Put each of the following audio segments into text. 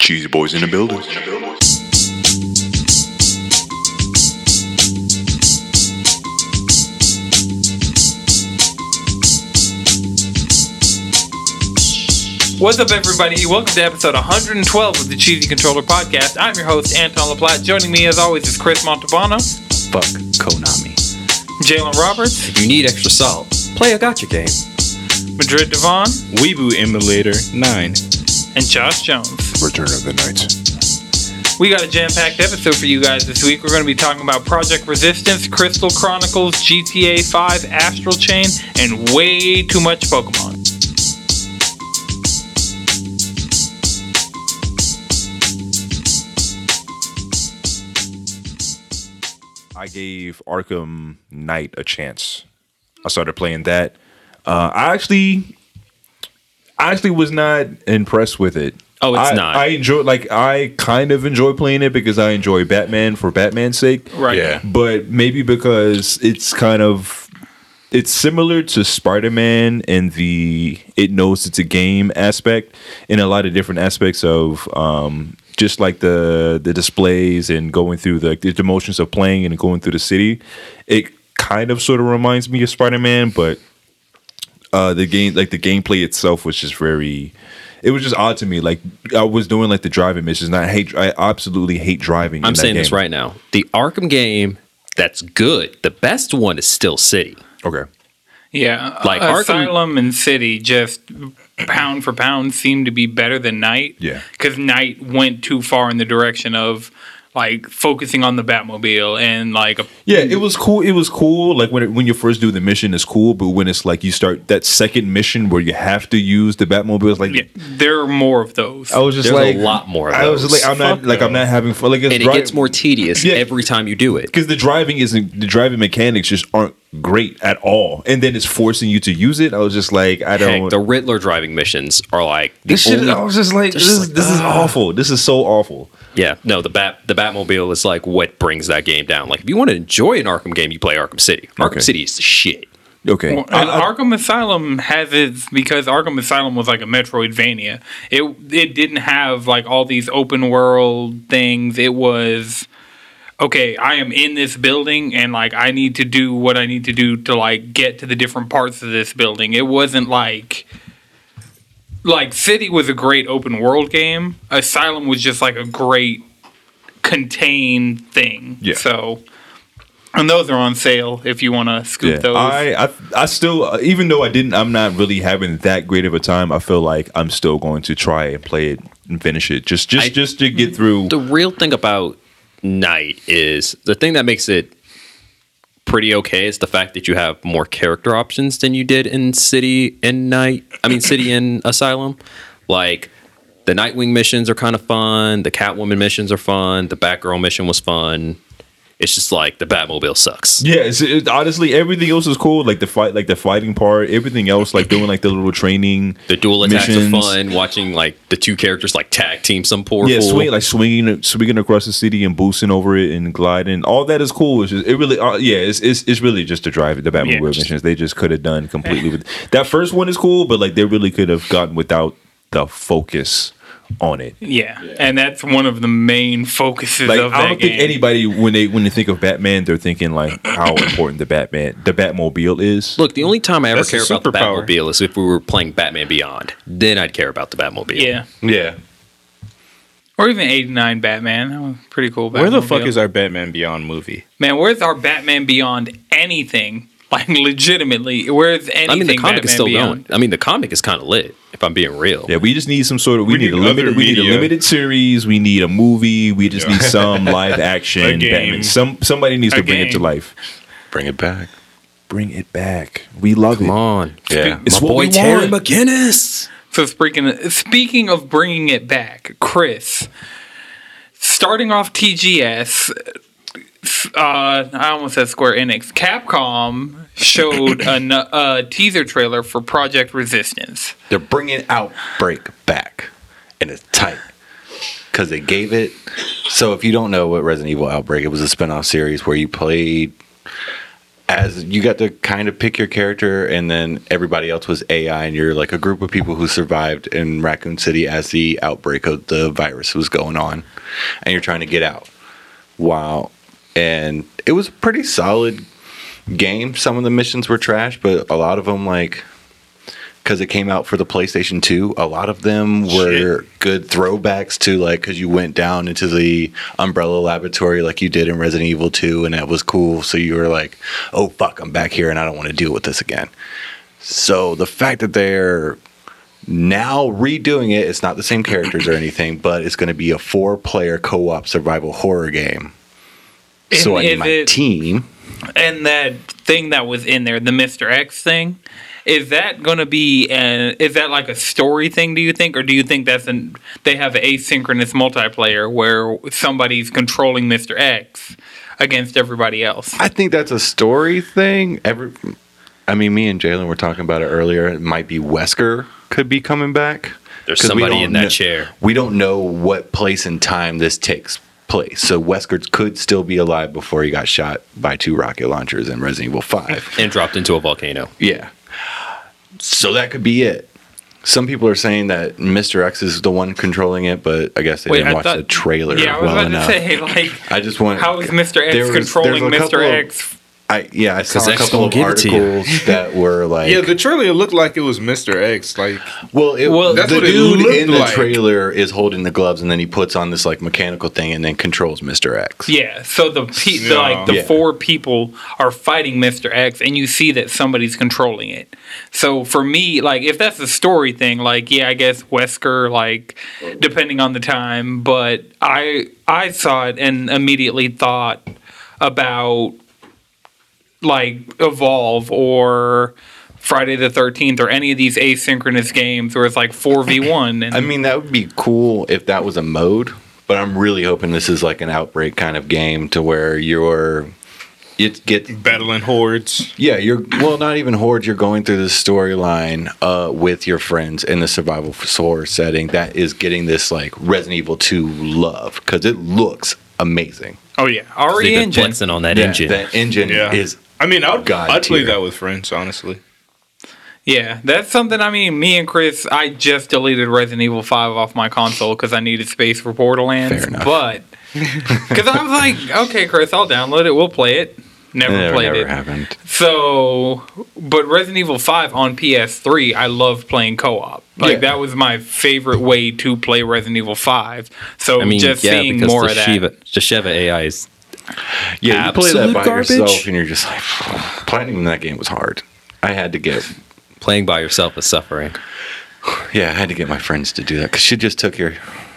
Cheesy Boys in the building. What's up, everybody? Welcome to episode 112 of the Cheesy Controller Podcast. I'm your host, Anton LaPlatte. Joining me, as always, is Chris Montalbano, Fuck Konami. Jalen Roberts, If you need extra salt, play a gotcha game. Madrid Devon, Weebu Emulator 9. and Josh Jones. Return of the Knights. We got a jam packed episode for you guys this week. We're going to be talking about Project Resistance, Crystal Chronicles, GTA 5, Astral Chain, and way too much Pokemon. I gave Arkham Knight a chance. I started playing that. Uh, I actually, I actually was not impressed with it. Oh, it's I- not. I enjoy like I kind of enjoy playing it because I enjoy Batman for Batman's sake. Right. Yeah. but maybe because it's kind of it's similar to spider-man and the it knows it's a game aspect in a lot of different aspects of um just like the the displays and going through the, the emotions of playing and going through the city it kind of sort of reminds me of spider-man but uh the game like the gameplay itself was just very it was just odd to me like i was doing like the driving missions and i hate i absolutely hate driving in I'm that saying this game. right now. The Arkham game that's good, the best one is still City. okay Yeah. Like Arkham- Asylum and City just pound for pound seem to be better than Night. Yeah. Because Night went too far in the direction of like focusing on the Batmobile and like a Yeah, it was cool. It was cool. Like when it, when you first do the mission, it's cool. But when it's like you start that second mission where you have to use the Batmobile, it's like Yeah, there are more of those. I was just There's like a lot more of I was those. just like I'm not like I'm not having fun. Like it's and it gets more tedious Yeah. every time you do it. because the driving isn't the driving mechanics just aren't great at all. And then it's forcing you to use it. I was just like I don't. Heck, the Riddler driving missions are like the this shit. only- I was just like They're this. just is ah. like, this is awful. This is so awful. yeah. No, the bat the Batmobile is like what brings that game down. Like if you want to enjoy an Arkham game, you play Arkham City. Arkham Okay. City is the shit. Okay, Well, I- and I- Arkham Asylum has its because Arkham Asylum was like a Metroidvania. It it didn't have like all these open world things. It was okay. I am in this building, and like I need to do what I need to do to like get to the different parts of this building. It wasn't like like City was a great open world game. Asylum was just like a great contained thing. Yeah. So. And those are on sale if you want to scoop Yeah, those. I, I I still uh, even though I didn't I'm not really having that great of a time. I feel like I'm still going to try and play it and finish it just just I- just to get through. the real thing about Night is the thing that makes it pretty okay is the fact that you have more character options than you did in City and Night. I mean, City and Asylum. Like the Nightwing missions are kind of fun. The Catwoman missions are fun. The Batgirl mission was fun. It's just like the Batmobile sucks. Yeah, it's, it, honestly, everything else is cool. Like the fight, like the fighting part, everything else, like doing like the little training, The dual attacks missions. are fun. Watching like the two characters like tag team some poor Yeah, fool. swing, like swinging, swinging across the city and boosting over it and gliding. All that is cool. It's just, it really, uh, yeah, it's, it's it's really just to drive the Batmobile Yeah, just- missions. They just could have done completely with that first one is cool, but like they really could have gotten without the focus on it. Yeah. and that's one of the main focuses Like of that I don't game. think anybody when they when they think of Batman, they're thinking like how important the Batman, the Batmobile is. Look, the only time I ever That's a care about the superpower. Batmobile is if we were playing Batman Beyond. Then I'd care about the Batmobile. yeah, Yeah. or even '89 Batman. That was pretty cool. Where the Batmobile. fuck is our Batman Beyond movie? man? Where's our Batman Beyond anything? Like legitimately, where's anything? I mean, the comic Batman is still Beyond? going. I mean, the comic is kind of lit. If I'm being real, Yeah, we just need some sort of we, We need, need a limited other we need a media. limited series, we need a movie, we just need some live action game. Batman. Some somebody needs A to bring it to game. life. Bring it back. Bring it back. We love come it. on, Yeah. It's my what boy we Terry want. McGinnis. So speaking speaking of bringing it back, Chris, starting off TGS, uh, I almost said Square Enix. Capcom showed a, n- a teaser trailer for Project Resistance. They're bringing Outbreak back, and it's tight because they gave it. So if you don't know what Resident Evil Outbreak, it was a spin-off series where you played as you got to kind of pick your character, and then everybody else was AI, and you're like a group of people who survived in Raccoon City as the outbreak of the virus was going on, and you're trying to get out. Wow, and it was a pretty solid game. Some of the missions were trash, but a lot of them like. Because it came out for the PlayStation 2, a lot of them were good throwbacks to like because you went down into the Umbrella Laboratory like you did in Resident Evil 2, and that was cool. So you were like, "Oh fuck, I'm back here, and I don't want to deal with this again." So the fact that they're now redoing it, it's not the same characters or anything, but it's going to be a four-player co-op survival horror game. so I And need if my it- team. And that thing that was in there, the Mr. X thing, is that going to be an is that like a story thing do you think or do you think that's an they have an asynchronous multiplayer where somebody's controlling Mr. X against everybody else? I think that's a story thing. Every, I mean, me and Jalen were talking about it earlier. It might be Wesker could be coming back. There's 'Cause we somebody don't in that kno- chair. We don't know what place and time this takes place. So Wesker could still be alive before he got shot by two rocket launchers in Resident Evil Five. and dropped into a volcano. Yeah. So that could be it. Some people are saying that Mr. X is the one controlling it, but I guess they Wait, didn't I watch thought- the trailer Yeah, I was well about enough. to say like I just want how is Mr. X there was- there's controlling a couple Mr. of- X? I yeah, I saw a X gonna couple of give it to you. articles that were like Yeah, the trailer looked like it was Mr. X. Like well, it, Well, the That's what it dude looked in the like. trailer is holding the gloves and then he puts on this like mechanical thing and then controls Mr. X. Yeah, so the, pe- the like the Yeah. four people are fighting Mr. X, and you see that somebody's controlling it. So for me, like if that's a story thing, like yeah, I guess Wesker, like depending on the time. But I I saw it and immediately thought about like Evolve or Friday the Thirteenth or any of these asynchronous games where it's like four v one. And I mean, that would be cool if that was a mode, but I'm really hoping this is like an outbreak kind of game to where you're you get battling hordes. Yeah, you're well, not even horde. You're going through this storyline uh, with your friends in the survival horror setting that is getting this like Resident Evil 2 love because it looks amazing. oh yeah, They've RE been Engine. flexing on that engine. That engine Yeah. is I mean, I'd, Oh, God I'd play tier. that with friends, honestly. Yeah, that's something. I mean, me and Chris, I just deleted Resident Evil Five off my console because I needed space for Portal Lands. Fair enough. But because I was like, okay, Chris, I'll download it. We'll play it. Never never, played never it. happened. So, but Resident Evil Five on PS3, I loved playing co-op. Like Yeah. that was my favorite way to play Resident Evil Five. So I mean, just yeah, seeing because more the of that. Shiva, the Sheva AI is Yeah, you play that Absolute by garbage. yourself, and you're just like, planning that game was hard. I had to get, playing by yourself is suffering. yeah, I had to get my friends to do that because she just took your,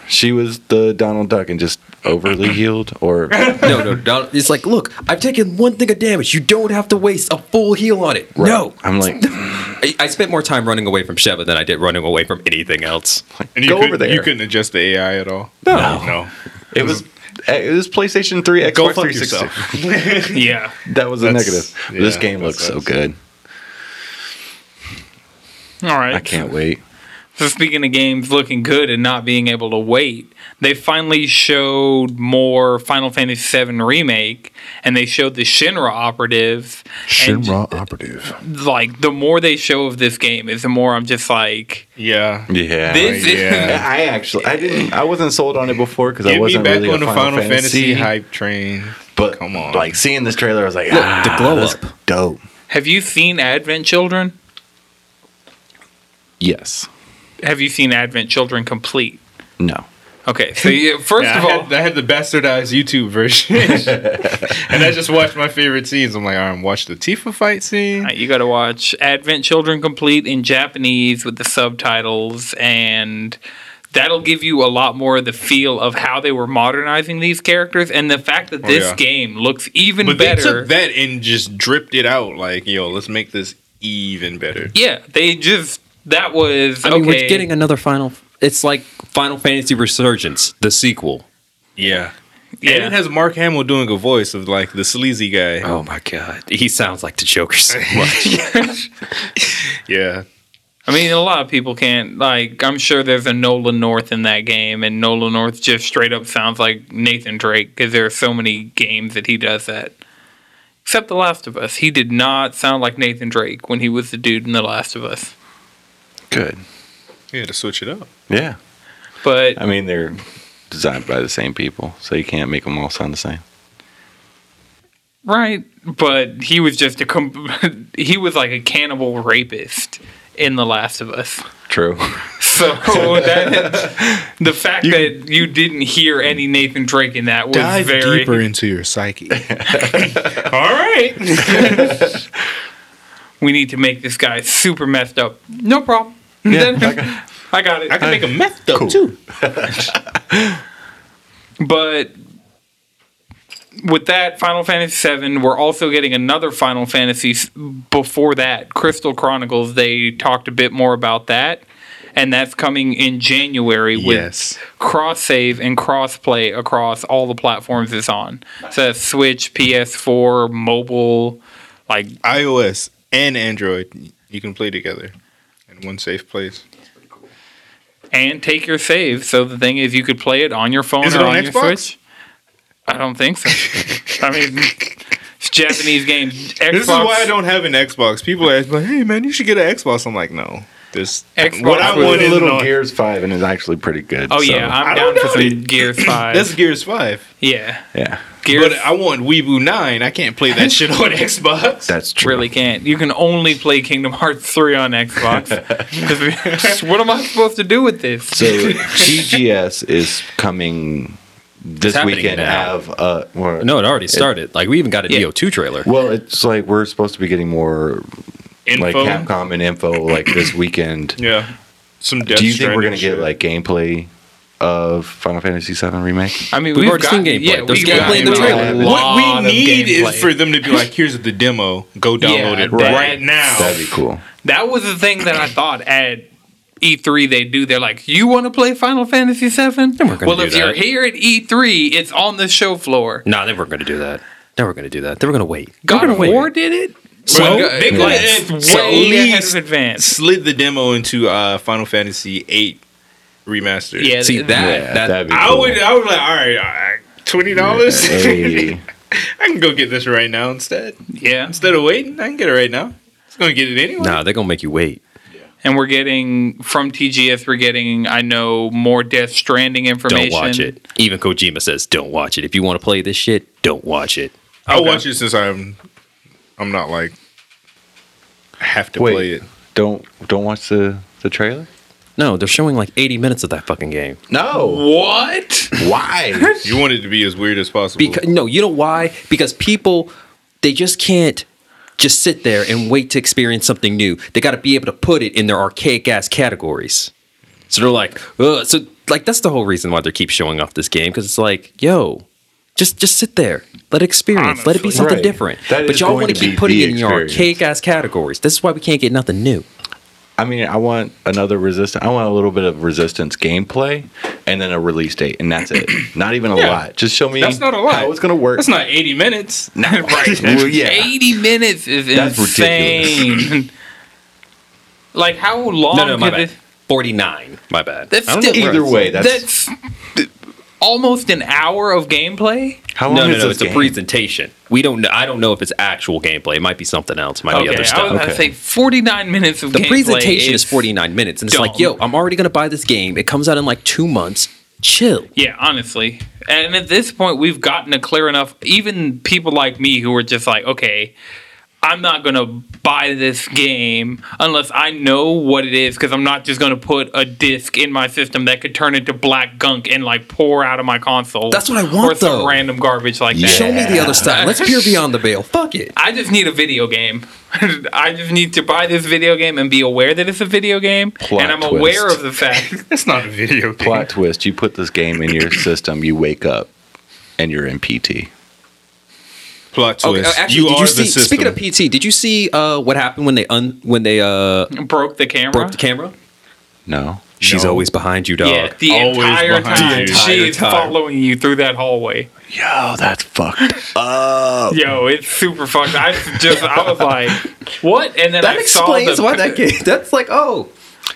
she was the Donald Duck and just overly healed or No, no, no. It's like, look, I've taken one thing of damage. You don't have to waste a full heal on it. No, I'm like, I, I spent more time running away from Sheva than I did running away from anything else. And you Go over couldn't- there. Oh. You couldn't adjust the AI at all. No, no. it was. eh, It was PlayStation 3, Xbox Go fuck 360. yourself. Yeah, That was a That's- negative. yeah, this game that looks so sucks. good. all right. I can't wait. So speaking of games looking good and not being able to wait, they finally showed more Final Fantasy VII remake, and they showed the Shinra operative. And, Shinra operative. like the more they show of this game, is the more I'm just like, Yeah. Yeah. this is. Yeah. I actually, I didn't, I wasn't sold on it before because I Get me wasn't back really on the a Final, Fantasy, hype train. But Come come on. on, like seeing this trailer, I was like, ah, the glow that's up. dope. Have you seen Advent Children? Yes. Have you seen Advent Children complete? No. Okay, so yeah, first Yeah, of I, all, had, I had the bastardized YouTube version, and I just watched my favorite scenes. I'm like, all right, watch the Tifa fight scene. Alright, Uh, You got to watch Advent Children Complete in Japanese with the subtitles, and that'll give you a lot more of the feel of how they were modernizing these characters and the fact that this Oh, yeah. game looks even But they better. took that and just dripped it out. Like, yo, let's make this even better. yeah, they just that was I mean, okay. we're getting another final. It's like Final Fantasy Resurgence, the sequel. Yeah. yeah. And it has Mark Hamill doing a voice of like the sleazy guy. Oh my god, he sounds like the Joker so much. Yeah. I mean, a lot of people can't like. I'm sure there's a Nolan North in that game, and Nolan North just straight up sounds like Nathan Drake because there are so many games that he does that. Except The Last of Us. He did not sound like Nathan Drake when he was the dude in The Last of Us. Good. Yeah, to switch it up. Yeah. But I mean, they're designed by the same people, so you can't make them all sound the same. right, but he was just a com- he was like a cannibal rapist in The Last of Us. True. So that the fact that you didn't hear any Nathan Drake in that was Dive very deeper into your psyche. all right. we need to make this guy super messed up. No problem. I got it. I can make a meth though too. But with that, Final Fantasy VII, we're also getting another Final Fantasy s- before that, Crystal Chronicles. They talked a bit more about that, and that's coming in January with Yes. cross save and cross play across all the platforms it's on. So that's Switch, PS4, mobile, like iOS and Android, you can play together in one safe place. and take your save. So the thing is, you could play it on your phone Is or it on on, your Xbox? Switch. I don't think so. I mean, it's Japanese games. Xbox, This is why I don't have an Xbox. People ask like, "Hey man, you should get an Xbox." I'm like, "No, this Xbox what I with want is Little on- Gears 5, and it's actually pretty good. Oh so- yeah, I'm I down don't for know. some Gears Five. That's Gears Five, yeah, Yeah. Gears but I want Weeboo Nine. I can't play that shit on Xbox. That's true. really can't. You can only play Kingdom Hearts three on Xbox. what am I supposed to do with this? So TGS is coming this happening weekend. now. Have uh, well, No, it already started. Like we even got a Yeah. DO2 trailer. Well, it's like we're supposed to be getting more like Info, Capcom and info like this weekend. yeah. Some Death Do you think we're Stranding gonna get shit. like gameplay of Final Fantasy VII remake? I mean, We've we've, already got, seen gameplay. Yeah, There's we gameplay got in the a trailer. lot What of we need gameplay. is for them to be like, "Here's the demo. Go download Yeah, it right. right, now." That'd be cool. That was the thing that I thought at E3 they do. They're like, "You want to play Final Fantasy VII? Then we're gonna Well, do if you're that. here at E3, it's on the show floor. No, they weren't going to do that. They were going to do that. They were going to wait. God they of War did it. uh, So Like, they could like, have at way ahead of least advance. slid the demo into uh, Final Fantasy VIII remastered. Yeah, See th- that? Yeah, that that'd be I cool. would. I would like. All right, all right twenty dollars. Hey, I can go get this right now instead. Yeah, Instead of waiting, I can get it right now. It's gonna get it anyway. nah, they're going to make you wait. and we're getting from TGS. We're getting I know more Death Stranding Don't information. watch it. Even Kojima says, "Don't watch it." If you want to play this shit, don't watch it. I'll watch it since I'm. I'm not like. I have to Wait. play it. don't don't watch the the trailer. No, they're showing like 80 minutes of that fucking game. No. What? Why? You want it to be as weird as possible. Because no, you know why? Because people they just can't just sit there and wait to experience something new. They got to be able to put it in their archaic ass categories. So they're like, Ugh. so like that's the whole reason why they keep showing off this game because it's like, yo, just just sit there, let it experience, let it be Honestly. something Right. different. That but is y'all going want to to be keep putting the it in your experience. archaic ass categories. This is why we can't get nothing new. I mean, I want another resistance. I want a little bit of resistance gameplay, and then a release date, and that's it. Not even a Yeah. lot. Just show me. That's not a lot. How it's gonna work. that's not eighty minutes. right. well, yeah. 80 minutes is That's ridiculous. insane. like how long? No, no, my could bad. this- 49. My bad. That's I don't still, know where Either way, that's that's, th- almost an hour of gameplay. how long No, no, is no. this It's a game? presentation. We don't. know. I don't know if it's actual gameplay. It might be something else. It might be other I was stuff. going to say 49 minutes of The gameplay presentation is 49 minutes, and it's like, yo, dumb. I'm already gonna buy this game. It comes out in like two months. Chill. Yeah, honestly. And at this point, we've gotten a clear enough. Even people like me who are just like, okay, I'm not going to buy this game unless I know what it is because I'm not just going to put a disc in my system that could turn into black gunk and like pour out of my console. That's what I want, Or some though. random garbage like that. Show me the other stuff. Let's peer beyond the veil. Fuck it. I just need a video game. I just need to buy this video game and be aware that it's a video game. Plot and I'm twist. aware of the fact. That's not a video game. plot twist. You put this game in your system, you wake up, and you're in PT. Plot Okay, twist. uh, actually, you did are you the see? system. Speaking of PT, did you see uh, what happened when they un when they uh, broke the camera. broke the camera? No. She's No. always behind you, dog. Yeah, the Always entire behind time. you. The she is following you through that hallway. Yo, that's fucked. Yo, it's super fucked. I just, I was like, what? And then that I explains saw the, why that game. That's like, oh,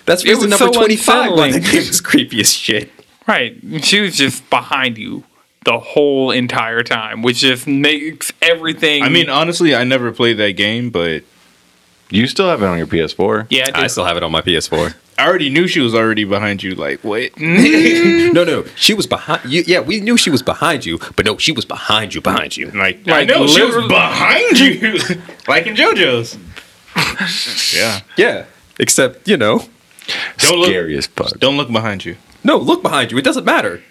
that's It reason was number so 25. Why unsettling. that game is creepy as shit. Right, she was just behind you the whole entire time, which just makes everything. I mean, honestly, I never played that game, but You still have it on your PS4. yeah, I I did. still have it on my PS4. I already knew she was already behind you. Like, what? No, no, she was behind you. Yeah, we knew she was behind you, but no, she was behind you, behind Mm. you. Like, I Like, know she was literally- behind you, like in JoJo's. yeah. Yeah, except you know, Don't look- Scary as fuck. Don't look behind you. no, look behind you. It doesn't matter.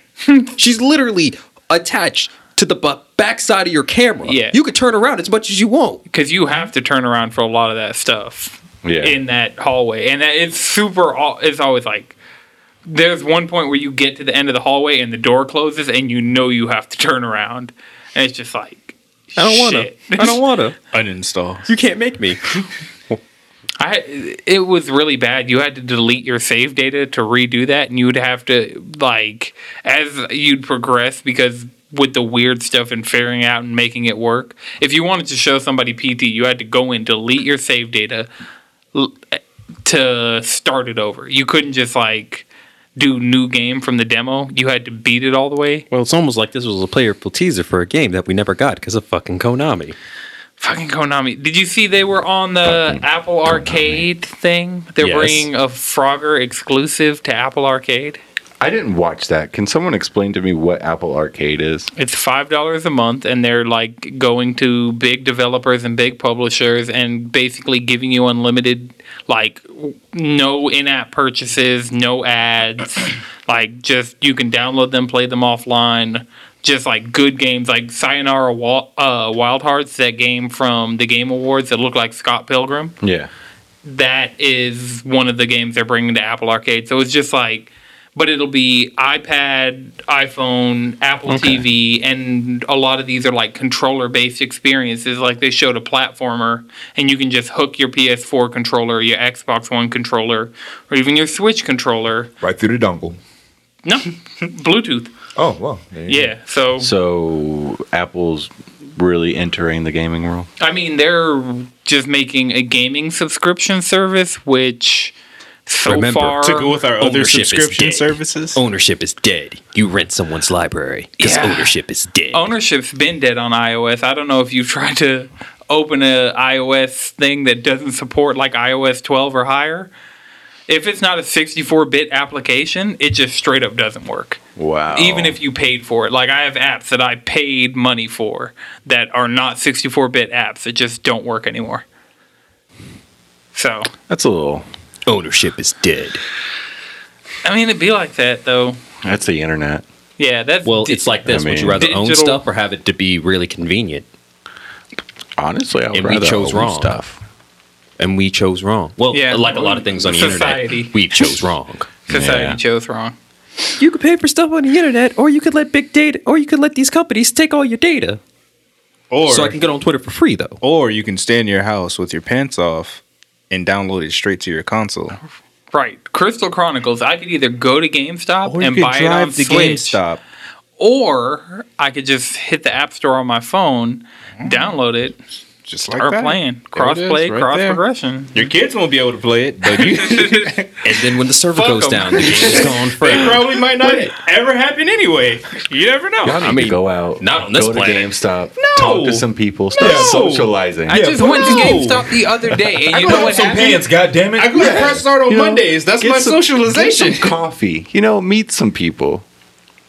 She's literally attached to the bu- backside of your camera. Yeah. you could turn around as much as you want. because you have to turn around for a lot of that stuff Yeah. in that hallway, and that it's super. al- It's always like there's one point where you get to the end of the hallway and the door closes, and you know you have to turn around, and it's just like I don't want Shit. to. I don't want to. Uninstall. You can't make me. I. It was really bad. You had to delete your save data to redo that, and you'd have to like as you'd progress because. With the weird stuff and figuring out and making it work. If you wanted to show somebody PT, you had to go in, delete your save data, to start it over. You couldn't just like do new game from the demo. You had to beat it all the way. Well, it's almost like this was a playable teaser for a game that we never got because of fucking Konami. Fucking Konami. Did you see they were on the Apple Arcade thing? They're Yes. bringing a Frogger exclusive to Apple Arcade. I didn't watch that. Can someone explain to me what Apple Arcade is? It's five dollars a month, and they're like going to big developers and big publishers, and basically giving you unlimited, like w- no in-app purchases, no ads, like just you can download them, play them offline, just like good games, like Sayonara Wa- uh, Wild Hearts, that game from the Game Awards that looked like Scott Pilgrim Yeah. that is one of the games they're bringing to Apple Arcade. So it's just like, but it'll be iPad, iPhone, Apple TV, and a lot of these are like controller based experiences. Like they showed a platformer, and you can just hook your PS4 controller, your Xbox One controller, or even your Switch controller. Right through the dongle. No, Bluetooth. Oh well. there you Yeah. So, So Apple's really entering the gaming world. I mean, they're just making a gaming subscription service, which so Remember, far To go with our other Ownership is subscription dead. services. Ownership is dead. You rent someone's library because Yeah. ownership is dead. ownership's been dead on iOS. I don't know if you've tried to open a iOS thing that doesn't support like iOS 12 or higher. If it's not a 64-bit application, it just straight up doesn't work. Oh. Wow. Even if you paid for it. Like I have apps that I paid money for that are not 64-bit apps that just don't work anymore. So, that's a little ownership is dead. I mean it'd be like that though. that's the internet. Yeah, that's Well, di- it's like this. I Would you mean- rather own Digital- stuff or have it to be really convenient? Honestly, I would And we rather chose own wrong. stuff. And we chose wrong. Well, Yeah. like a lot of things on the Society. internet, we chose wrong. society yeah. chose wrong. You could pay for stuff on the internet, or you could let big data, or you could let these companies take all your data, Or, Oh, so I can get on Twitter for free though. or you can stay in your house with your pants off and download it straight to your console. Right. Crystal Chronicles, I could either go to GameStop Or you and could buy it on drive to Switch. GameStop. or I could just hit the App Store on my phone, download it, Just Mm. like start that. playing. There it Cross is, play, right cross there. progression. Your kids won't be able to play it, but you And then when the server Fuck goes 'em. down, the game's gone it forever. probably might not ever happen anyway. You never know. Y'all need I mean, to go out. not on this Go to planet. GameStop. Talk to some people. Start No. socializing. I just went to no. GameStop the other day, and you know what happened? God damn I go to press start on You know, Mondays. That's get my some- socialization. Get some coffee. You know, meet some people.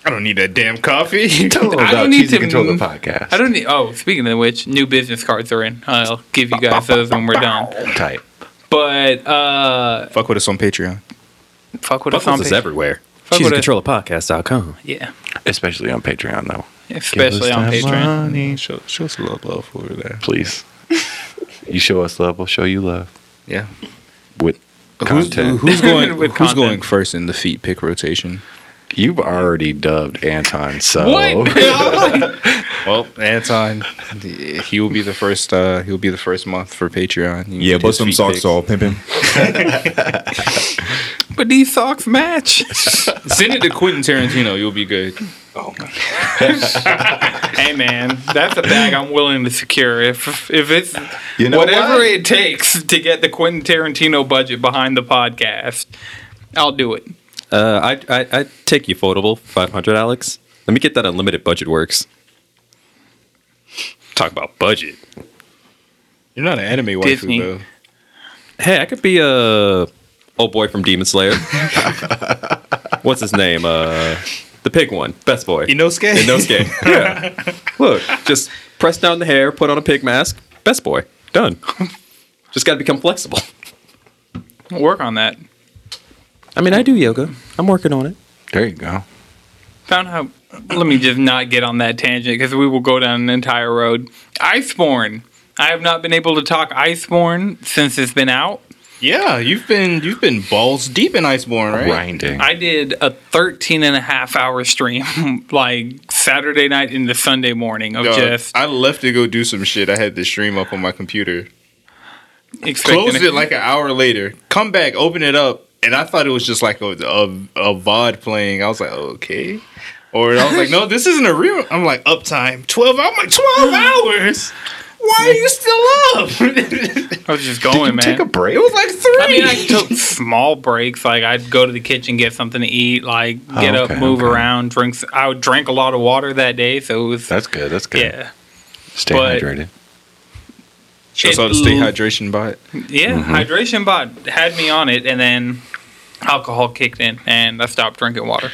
I don't need that damn coffee. Tell them I about don't need Cheese to and Controller m- podcast. I don't need. Oh, speaking of which, new business cards are in. I'll give you guys those when we're done. type. But uh, Fuck with us on Patreon. fuck with us on Buckles is Patreon. everywhere. Fuck She's with it. controllerpodcast.com. Yeah, Especially on Patreon, though. especially on Give us that Patreon. money, Show, show us a little love over there. Please. you show us love, we'll show you love. Yeah. With content. Who's going? With who's content. going first in the feet pick rotation? You've already dubbed Anton, so. What? Well, Anton, he will be the first. Uh, he will be the first month for Patreon. You Yeah, can do bust some feet socks picks. off, pimpin'. but these socks match. Send it to Quentin Tarantino. You'll be good. Oh my hey man, that's a bag I'm willing to secure if if it's You know whatever what? it takes to get the Quentin Tarantino budget behind the podcast. I'll do it. Uh, I, I I take you foldable five hundred, Alex. Let me get that unlimited budget works. Talk about budget. You're not an anime waifu Disney. though. Hey, I could be a old boy from Demon Slayer. What's his name? Uh, the pig one, best boy. Inosuke? Inosuke. yeah. Look, just press down the hair, put on a pig mask, best boy. Done. Just got to become flexible. Work on that. I mean, I do yoga. I'm working on it. There you go. Found out. Let me just not get on that tangent because we will go down an entire road. Iceborne. I have not been able to talk Iceborne since it's been out. Yeah, you've been you've been balls deep in Iceborne, right? Grinding. I did a 13 and a half hour stream like Saturday night into Sunday morning of Uh, Dog, just I left to go do some shit. I had the stream up on my computer. expecting Closed it like an hour later. Come back, open it up, and I thought it was just like a, a, a VOD playing. I was like, okay. Or I was like, no, this isn't a real. I'm like, uptime, 12 hours. like, 12 hours? Why are you still up? it I was just going, man. Take a break. was like three. I mean, I took small breaks. Like I'd go to the kitchen, get something to eat, like get Oh, okay, up, move okay. around, drinks. I would drink a lot of water that day, so it was That's good. That's good. yeah, Stay but- hydrated. Shout out to Stay Hydration Bot. yeah. Mm-hmm. Hydration bot had me on it, and then alcohol kicked in, and I stopped drinking water.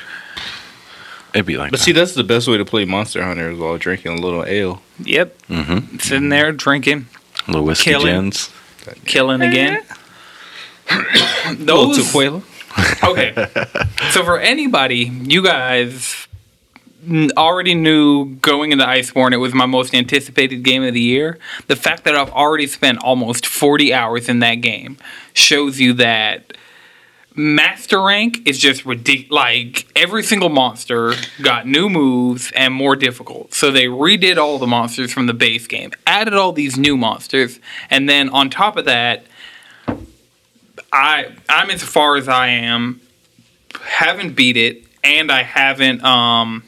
It'd be like But that. see, that's the best way to play Monster Hunter is while drinking a little ale. Yep, Mm-hmm. sitting there drinking, little whiskey killing. gins. Eh. killing again. Those okay. So for anybody, you guys n- already knew going into Iceborne it was my most anticipated game of the year. The fact that I've already spent almost 40 hours in that game shows you that Master Rank is just ridiculous. Like every single monster got new moves and more difficult. So they redid all the monsters from the base game, added all these new monsters, and then on top of that, I I'm as far as I am, haven't beat it, and I haven't um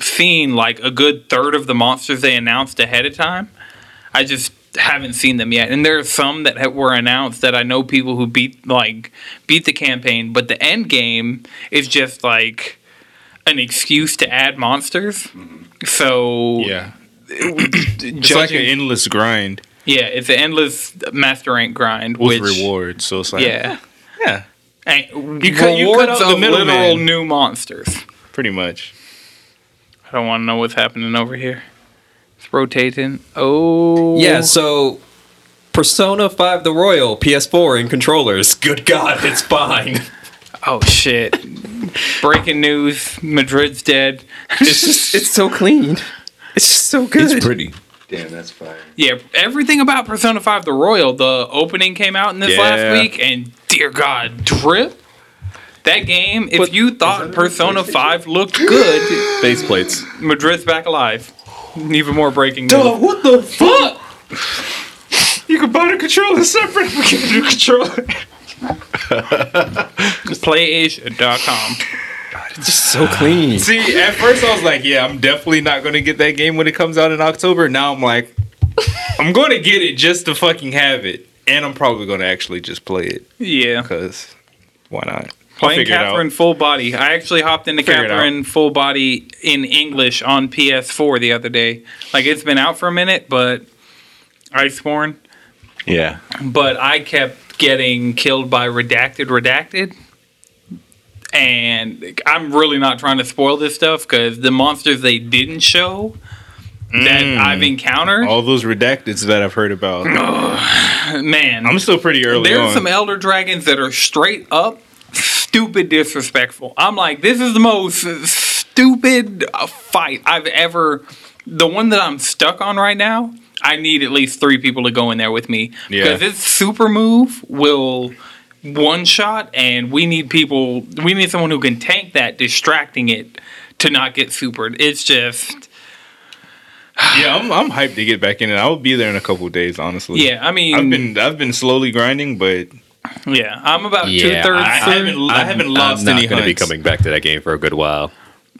seen like a good third of the monsters they announced ahead of time. I just haven't seen them yet, and there are some that ha- were announced that I know people who beat like beat the campaign, but the end game is just like an excuse to add monsters. So Mm-hmm. Yeah. It's like an judging- endless grind yeah, it's an endless master rank grind with which, rewards. So it's like, Yeah. yeah, And You cut- you cut rewards out the of middleman. literal new monsters. pretty much. I don't want to know what's happening over here. It's rotating. Oh. Yeah, so Persona 5 The Royal, PS4 and controllers. Good God, it's fine. Oh, shit. Breaking news Madrid's dead. It's just, it's so clean. It's just so good. It's pretty. Damn, that's fire. Yeah, everything about Persona 5 The Royal, the opening came out in this Yeah. last week, and dear God, drip. That game, if you thought Persona 5 looked good, Face plates. Madrid's back alive. Even more breaking news. what the fuck? You can buy the controller separate. We can do controller. PlayAsia.com. It's just so clean. See, at first I was like, yeah, I'm definitely not going to get that game when it comes out in October. Now I'm like, I'm going to get it just to fucking have it, and I'm probably going to actually just play it Yeah. because why not? I'll Playing figure it out. Catherine full body. I actually hopped into Figure it Catherine full body in English on PS4 the other day. Like it's been out for a minute, but Iceborne. Yeah. But I kept getting killed by redacted, redacted. And I'm really not trying to spoil this stuff because the monsters they didn't show that Mm. I've encountered, All those redacteds that I've heard about. man, Oh, I'm still pretty early There's on. some elder dragons that are straight up stupid disrespectful. I'm like, this is the most stupid uh, fight I've ever. The one that I'm stuck on right now, I need at least three people to go in there with me Yeah. because its super move will one shot, and we need people. We need someone who can tank that, distracting it to not get supered. It's just, yeah, I'm, I'm hyped to get back in it. I'll be there in a couple days, honestly. yeah. I mean, I've been I've been slowly grinding, but yeah. I'm about Yeah, two thirds. I, I haven't I haven't lost I'm not any gonna hunts. be coming back to that game for a good while.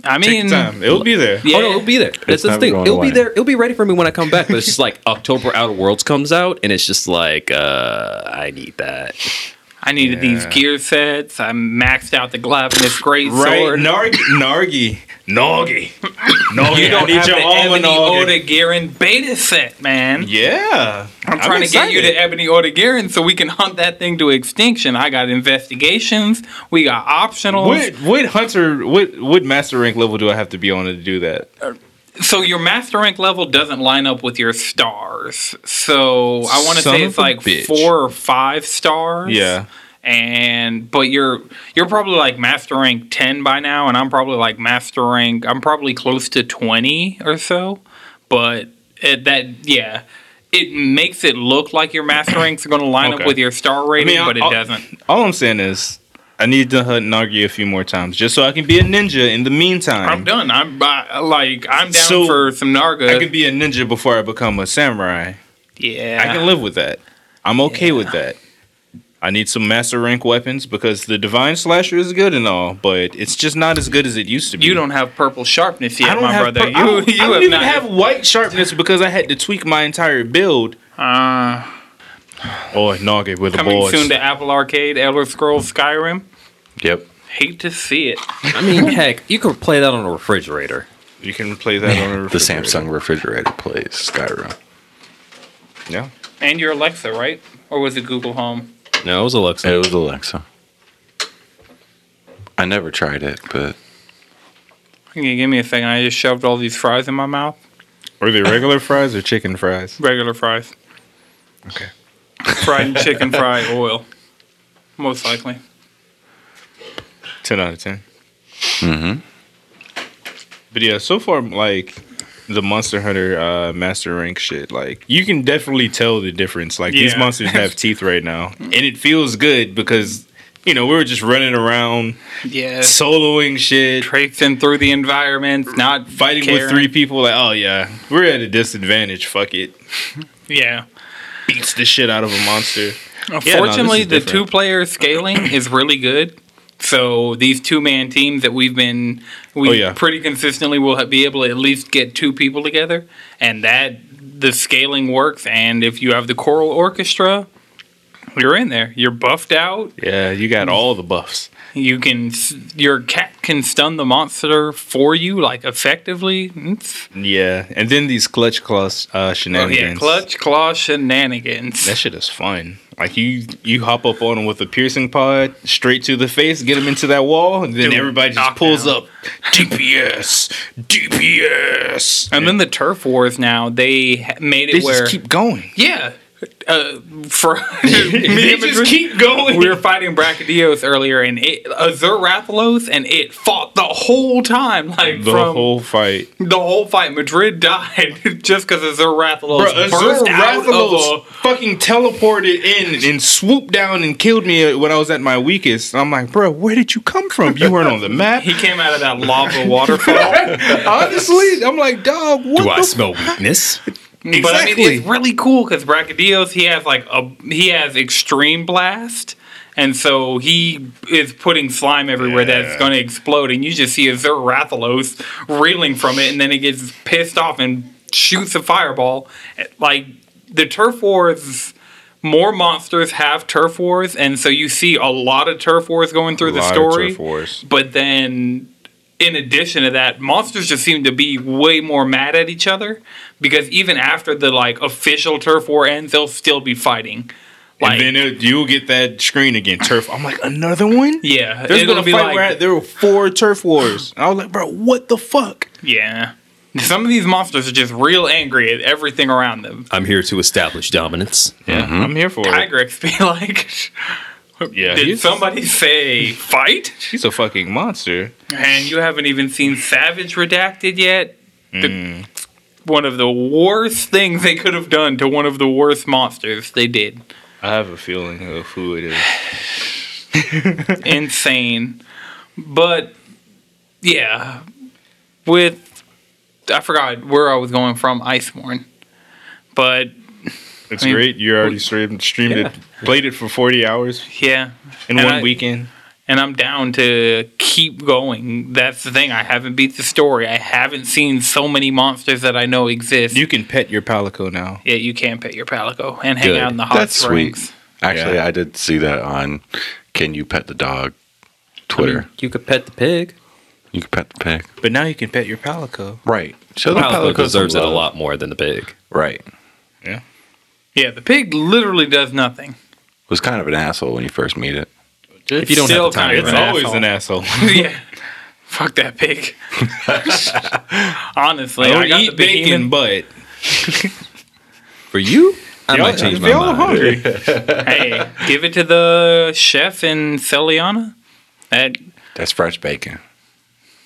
I Take your mean, time. It'll be there. yeah. Oh no, it'll be there. That's the never thing. going It'll away. be there. It'll be ready for me when I come back. But it's just like October Outer Worlds comes out, and it's just like uh, I need that. I needed these Yeah. gear sets. I maxed out the Glavinus great Right, sword. Nargi, Nargi, Nargi, Nargi. You I don't need have your the Ebony almanac. Odegarin beta set, man. Yeah, I'm trying to get you excited. to Ebony Odegarin so we can hunt that thing to extinction. I got investigations. We got optionals. What what hunter what what master rank level do I have to be on to do that? So your master rank level doesn't line up with your stars. So I want to Son say of it's a like bitch. four or five stars. Yeah. And but you're you're probably like master rank ten by now, and I'm probably like master rank. I'm probably close to twenty or so. But it, that yeah, it makes it look like your master ranks are going to line Okay. up with your star rating, I- but it I'll- doesn't. All I'm saying is I need to hunt Nargi a few more times just so I can be a ninja in the meantime. I'm done. I'm I, like I'm down So, for some Narga. I can be a ninja before I become a samurai. yeah, I can live with that. I'm okay with that. I need some master rank weapons because the divine slasher is good and all, but it's just not as good as it used to be. You don't have purple sharpness yet, I don't my have brother. per- you I don't, you I don't have even not. have white sharpness because I had to tweak my entire build. uh, Boy, Nargi with the coming boys. soon to Apple Arcade, Elder Scrolls Skyrim. Yep. Hate to see it. I mean, heck, you could play that on a refrigerator. You can play that on a The refrigerator. Samsung refrigerator plays Skyrim. Yeah. And your Alexa, right? Or was it Google Home? No, it was Alexa. It was Alexa. I never tried it, but Can you give me a second? I just shoved all these fries in my mouth. Were they regular fries or chicken fries? Regular fries. Okay. Fried and chicken fry oil. Most likely. 10 out of 10. Mhm. But yeah, so far, like, the Monster Hunter uh, Master Rank shit, like, you can definitely tell the difference. Like, these Yeah. monsters have teeth right now. And it feels good because, you know, we were just running around, Yeah. soloing shit, Traipsing through the environment, not fighting with caring. three people. Like, oh, yeah, we're at a disadvantage. Fuck it. Yeah. Beats the shit out of a monster. no, this Fortunately, is the different. two player scaling is really good. So these two man teams that we've been, we Oh, yeah. pretty consistently will ha- be able to at least get two people together, and that the scaling works. And if you have the choral orchestra, you're in there. You're buffed out. Yeah, you got all the buffs. You can s- your cat can stun the monster for you, like effectively. It's, Yeah, and then these clutch claws uh, oh shenanigans. yeah, clutch claw shenanigans. That shit is fun. Like you, you hop up on him with a piercing pod, straight to the face, get him into that wall, and then Dude, everybody just knock pulls down. up. DPS, DPS, and then the turf wars now they ha- made it they where just keep going. Yeah. Uh, for me They and just Madrid, keep going. we were fighting Brachydios earlier, and it Azur Rathalos, and it fought the whole time, like the from whole fight. the whole fight. Madrid died just because Azur Rathalos burst out Rathalos of a. fucking teleported in and swooped down and killed me when I was at my weakest. I'm like, bro, where did you come from? You weren't on the map. He came out of that lava waterfall. Honestly, I'm like, dog, what Do I the smell weakness? But I mean, Exactly. it's really cool because Bracadillos he has like a he has extreme blast, and so he is putting slime everywhere that's going to explode, and you just see Azur Rathalos reeling from it, and then it gets pissed off and shoots a fireball. Like the turf wars. More monsters have turf wars, and so you see a lot of turf wars going through the Lot of story. turf wars. But then, in addition to that, monsters just seem to be way more mad at each other because even after the like official turf war ends, they'll still be fighting. Like, and then it, you'll get that screen again, turf. I'm like, another one? yeah, There's it'll gonna be fight where I- there were four turf wars. I was like, bro, what the fuck? yeah. Some of these monsters are just real angry at everything around them. I'm here to establish dominance. Yeah, Mm-hmm. I'm here for it. Tigrex be like, Yeah, did he's, somebody say fight? he's a fucking monster. And you haven't even seen Savage Redacted yet. The, Mm. One of the worst things they could have done to one of the worst monsters they did. I have a feeling of who it is. Insane. But yeah, with I forgot where I was going from Iceborne, but It's I mean, great. You already streamed, streamed it, played it for 40 hours yeah, in And one I- weekend. and I'm down to keep going. That's the thing. I haven't beat the story. I haven't seen so many monsters that I know exist. You can pet your palico now. yeah, you can pet your palico and hang Good. out in the hot That's sweet. springs. I Actually, Yeah. I did see that on Can You Pet the Dog Twitter. You could pet the pig. you can pet the pig. But now you can pet your palico. Right. So The palico deserves it a lot more than the pig. Right. Yeah. Yeah, the pig literally does nothing. Was kind of an asshole when you first meet it. If you don't have the time, kinda It's You're an always an asshole. yeah. Fuck that pig. Honestly, I, I don't got eat the bacon. bacon, but For you, I might change my mind. hungry. hey, give it to the chef in Celiana. That That's fresh bacon.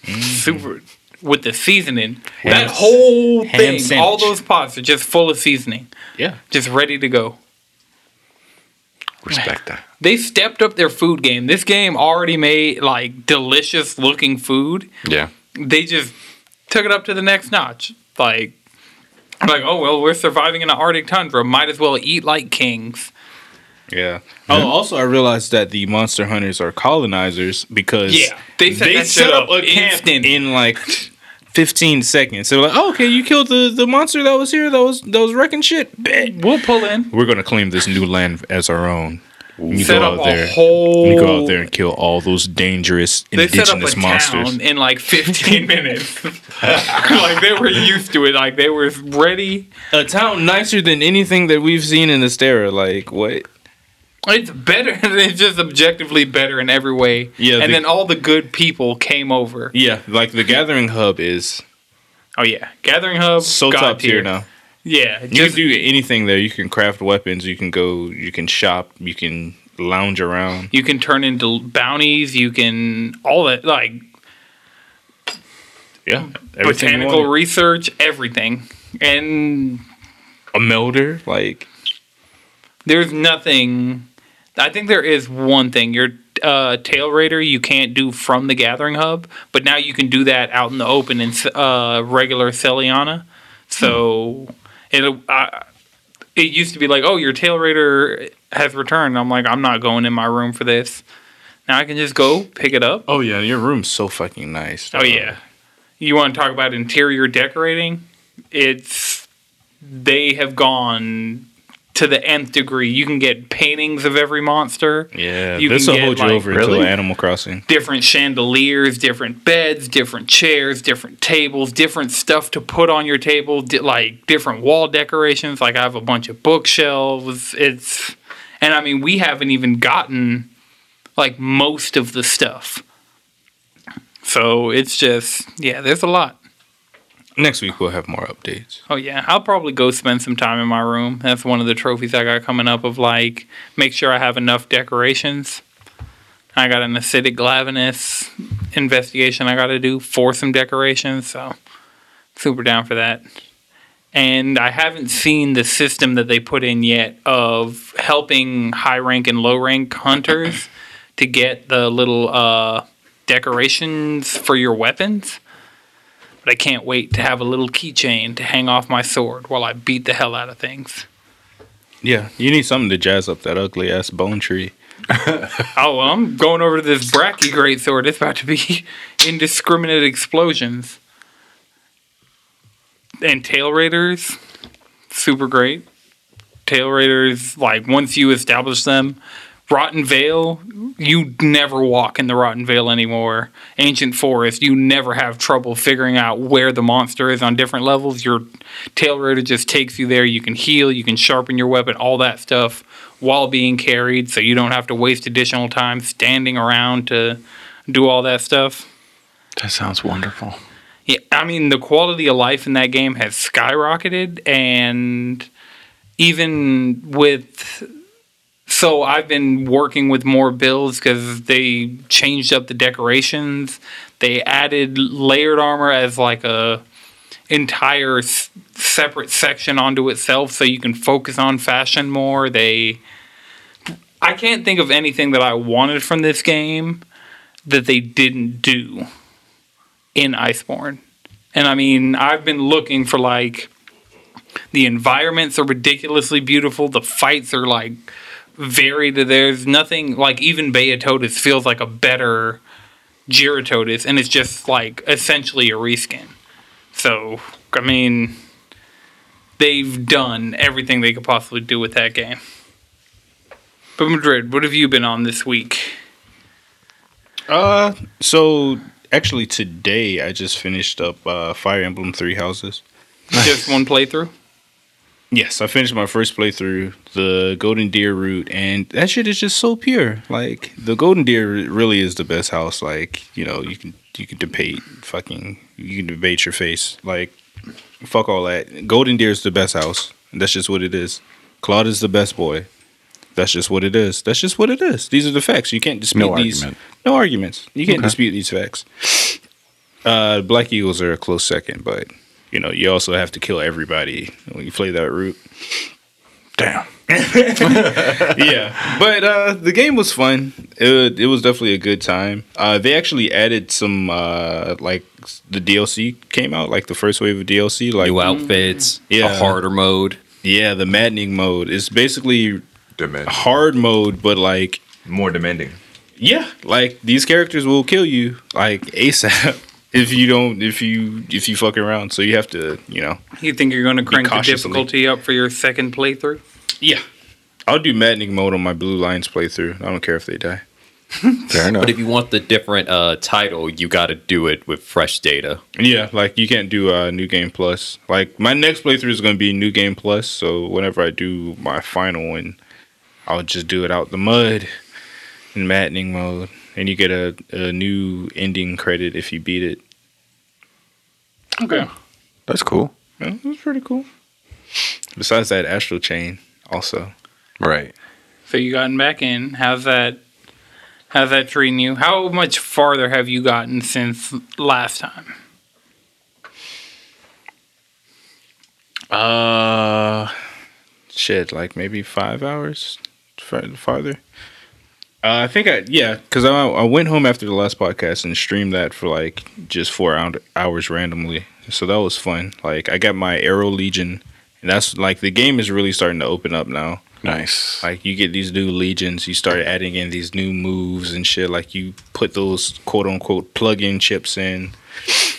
super with the seasoning. Ham- that whole ham thing, all sandwich. those pots are just full of seasoning, Yeah. just ready to go. Respect that. They stepped up their food game. This game already made like delicious looking food. Yeah. They just took it up to the next notch. Like like, oh well, we're surviving in an Arctic tundra. Might as well eat like kings. Yeah. Oh, also, I realized that the monster hunters are colonizers because Yeah, they set that shit up instant. in like 15 seconds. They're like, oh, okay, you killed the, the monster that was here, that was, that was wrecking shit. Bet. We'll pull in. We're going to claim this new land as our own. You set go up out a there. whole. You go out there and kill all those dangerous they set up indigenous a monsters. town in like 15 minutes. like they were used to it. Like they were ready. A town nicer than anything that we've seen in Astera. Like, what? It's better. It's just objectively better in every way. Yeah, And the- then all the good people came over. Yeah, like the Gathering Hub is Oh yeah, Gathering Hub. so God top tier now. Yeah. You Just, can do anything there. You can craft weapons. You can go. You can shop. You can lounge around. you can turn into bounties. You can all that like Yeah, everything you botanical wanted. research, everything. And a melder. Like there's nothing. I think there is one thing. Your uh, tail raider you can't do from the gathering hub, but now you can do that out in the open in uh, regular Celiana. So it I it used to be like, oh, your tail raider has returned. I'm like, I'm not going in my room for this. Now I can just go pick it up. oh yeah, your room's so fucking nice. Oh yeah. You want to talk about interior decorating? It's they have gone to the nth degree. You can get paintings of every monster, yeah. You this can will get, hold you like- over until Really? Animal Crossing. different chandeliers, different beds, different chairs, different tables, different stuff to put on your table, di- like different wall decorations. Like I have a bunch of bookshelves. It's and I mean we haven't even gotten like most of the stuff. So it's just yeah, there's a lot. Next week we'll have more updates. Oh yeah, I'll probably go spend some time in my room. That's one of the trophies I got coming up of like make sure I have enough decorations. I got an acidic glavinus investigation I got to do for some decorations, so super down for that. And I haven't seen the system that they put in yet of helping high rank and low rank hunters to get the little uh, decorations for your weapons but I can't wait to have a little keychain to hang off my sword while I beat the hell out of things. Yeah, you need something to jazz up that ugly ass bone tree. Oh, well, I'm going over to this Bracky great sword. It's about to be indiscriminate explosions and tail raiders. Super great tail raiders. Like once you establish them, Rotten Vale, you never walk in the Rotten Vale anymore. Ancient Forest, you never have trouble figuring out where the monster is on different levels. Your tail raider just takes you there. You can heal, you can sharpen your weapon, all that stuff while being carried, so you don't have to waste additional time standing around to do all that stuff. That sounds wonderful. Yeah, I mean the quality of life in that game has skyrocketed, and even with so I've been working with more builds because they changed up the decorations. They added layered armor as like a entire s- separate section onto itself, so you can focus on fashion more. They I can't think of anything that I wanted from this game that they didn't do in Iceborne. And I mean, I've been looking for like the environments are ridiculously beautiful. The fights are like varied. There's nothing like even Beatotis feels like a better Gyrototis, and it's just like essentially a reskin. So I mean, they've done everything they could possibly do with that game. But Madrid, what have you been on this week? Uh, so actually today I just finished up uh, Fire Emblem Three Houses. Just one playthrough. Yes, I finished my first playthrough, the Golden Deer route, and that shit is just so pure. Like the Golden Deer really is the best house. Like you know, you can you can debate fucking you can debate your face. Like fuck all that. Golden Deer is the best house. That's just what it is. Claude is the best boy. That's just what it is. That's just what it is. These are the facts. You can't dispute No these. argument. No arguments. You can't dispute these facts. Uh, Black Eagles are a close second, but you know you also have to kill everybody when you play that route. Damn. yeah, but uh, the game was fun. It, it was definitely a good time. Uh, they actually added some uh, like the DLC came out, like the first wave of DLC, like New outfits, Yeah. a harder mode. yeah, the maddening mode. It's basically Demand. hard mode, but like More demanding. yeah like these characters will kill you like asap if you don't if you if you fuck around so you have to you know You think you're going to crank the cautiously. difficulty up for your second playthrough? yeah i'll do maddening mode on my blue lions playthrough i don't care if they die Fair enough. But if you want the different uh, title, you got to do it with fresh data. yeah like you can't do uh new game plus like my next playthrough is going to be new game plus so whenever i do my final one i'll just do it out the mud in maddening mode and you get a, a new ending credit if you beat it Okay. That's cool. yeah, it was pretty cool besides that astral chain also Right. So you gotten back in. How's that? How's that treating you? How much farther have you gotten since last time? Uh, shit, like maybe five hours far- farther. Uh, I think I yeah, because I I went home after the last podcast and streamed that for like just four hour, hours randomly, so that was fun. Like I got my Arrow Legion, and that's like the game is really starting to open up now. Nice. Like you get these new legions, you start adding in these new moves and shit. Like you put those quote unquote plug in chips in.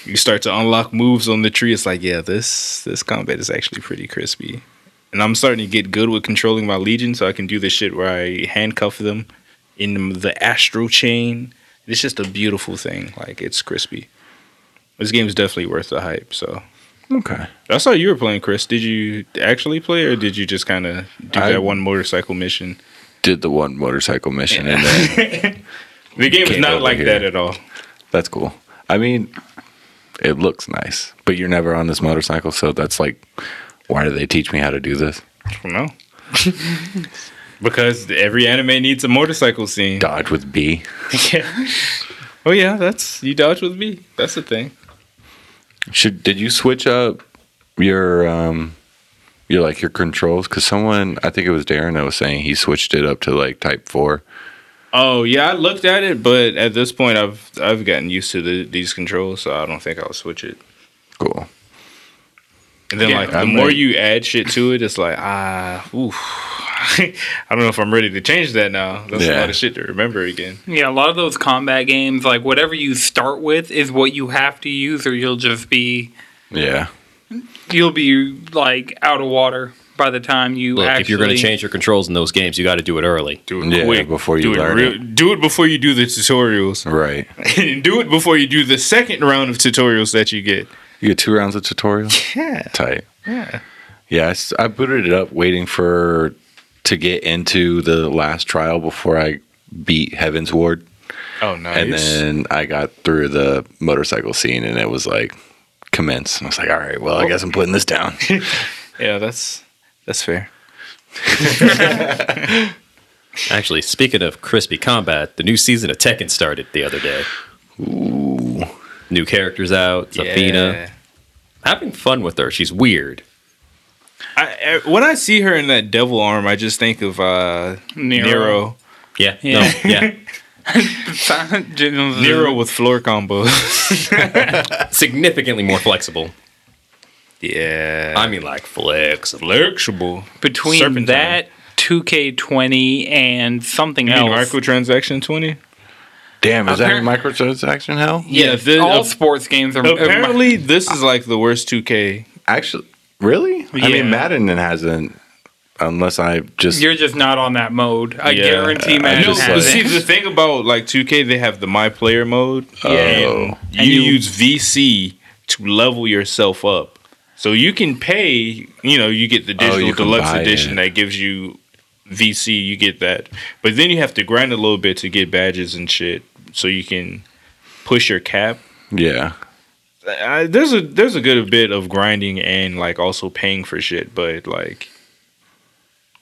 You start to unlock moves on the tree. It's like, yeah, this this combat is actually pretty crispy. And I'm starting to get good with controlling my legion, so I can do this shit where I handcuff them in the astral chain. It's just a beautiful thing. Like it's crispy. This game's definitely worth the hype. So Okay. I saw you were playing, Chris. Did you actually play, or did you just kind of do I- that one motorcycle mission? Did the one motorcycle mission and then The game is Came not over like here. that at all. that's cool. I mean, it looks nice, but you're never on this motorcycle, so that's like, why do they teach me how to do this? No. because every anime needs a motorcycle scene. Dodge with B. Yeah. Oh yeah, that's you dodge with me. That's the thing. Should did you switch up your um your like your controls? Because someone, I think it was Darren that was saying he switched it up to like Type Four. Oh yeah, I looked at it, but at this point, I've I've gotten used to the, these controls, so I don't think I'll switch it. Cool. And then Yeah, like the I'm more ready. you add shit to it, it's like ah, oof. I don't know if I'm ready to change that now. That's a Yeah. lot of shit to remember again. Yeah, a lot of those combat games, like whatever you start with, is what you have to use, or you'll just be Yeah. you'll be like out of water by the time you Look, actually. if you're going to change your controls in those games, you got to do it early. Do Yeah, before you do learn it, real- do it before you do the tutorials. Right. and do it before you do the second round of tutorials that you get. You get two rounds of tutorial. Yeah. Tight. Yeah. Yeah, I, s- I booted it up waiting for to get into the last trial before I beat Heaven's Ward, Oh, nice. and then I got through the motorcycle scene, and it was like commence. And I was like, all right, well, I guess I'm putting this down. yeah, that's that's fair. Actually, speaking of crispy combat, the new season of Tekken started the other day. Ooh, New characters out, Safina. Having fun with her. She's weird. I, I, Eh, when I see her in that devil arm, I just think of uh, Nero. Nero. Uh-huh. Nero. Yeah. Yeah. No, yeah. with floor combos. Significantly more flexible. yeah. I mean, like flexible. flexible. between Serpentine. that 2K20 and something You mean else. microtransaction 20? damn, is that in Appar- microtransaction hell? Yeah, the- all ap- sports games are Apparently, this is like the worst 2K. Actually, really? I Yeah. mean, Madden hasn't. unless I just You're just not on that mode. I Yeah, guarantee, I'm man. No, just has but like- it. see the thing about like 2K, they have the my player mode. Yeah. and And you, you- use VC to level yourself up. So you can pay, you know, you get the digital Oh, you can deluxe buy edition it. that gives you VC, you get that. But then you have to grind a little bit to get badges and shit so you can push your cap. yeah. I, there's a there's a good bit of grinding and like also paying for shit, but like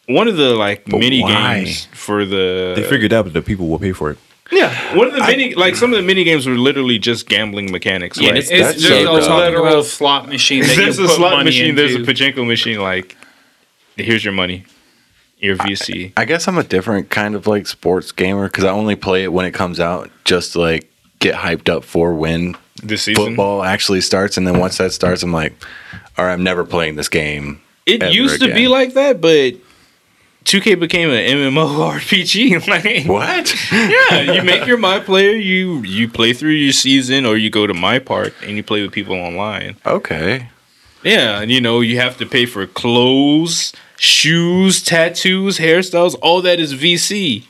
one of the like mini why? games for the They figured out that the people will pay for it. yeah, one of the mini like some of the mini games were literally just gambling mechanics. Yeah, like, it's, That's it's just so a dumb. literal slot machine. That there's you a put slot money machine, there's a into. pachinko machine. Like, here's your money, your VC. I guess I'm a different kind of like sports gamer because I only play it when it comes out, just to, like get hyped up for when this season, football actually starts. And then once that starts, I'm like, all right, I'm never playing this game. it ever used to be again. like that, but 2K became an MMORPG. like, What? yeah, you make your my player. You you play through your season, or you go to my park and you play with people online. okay. Yeah, and you know you have to pay for clothes, shoes, tattoos, hairstyles. All that is VC.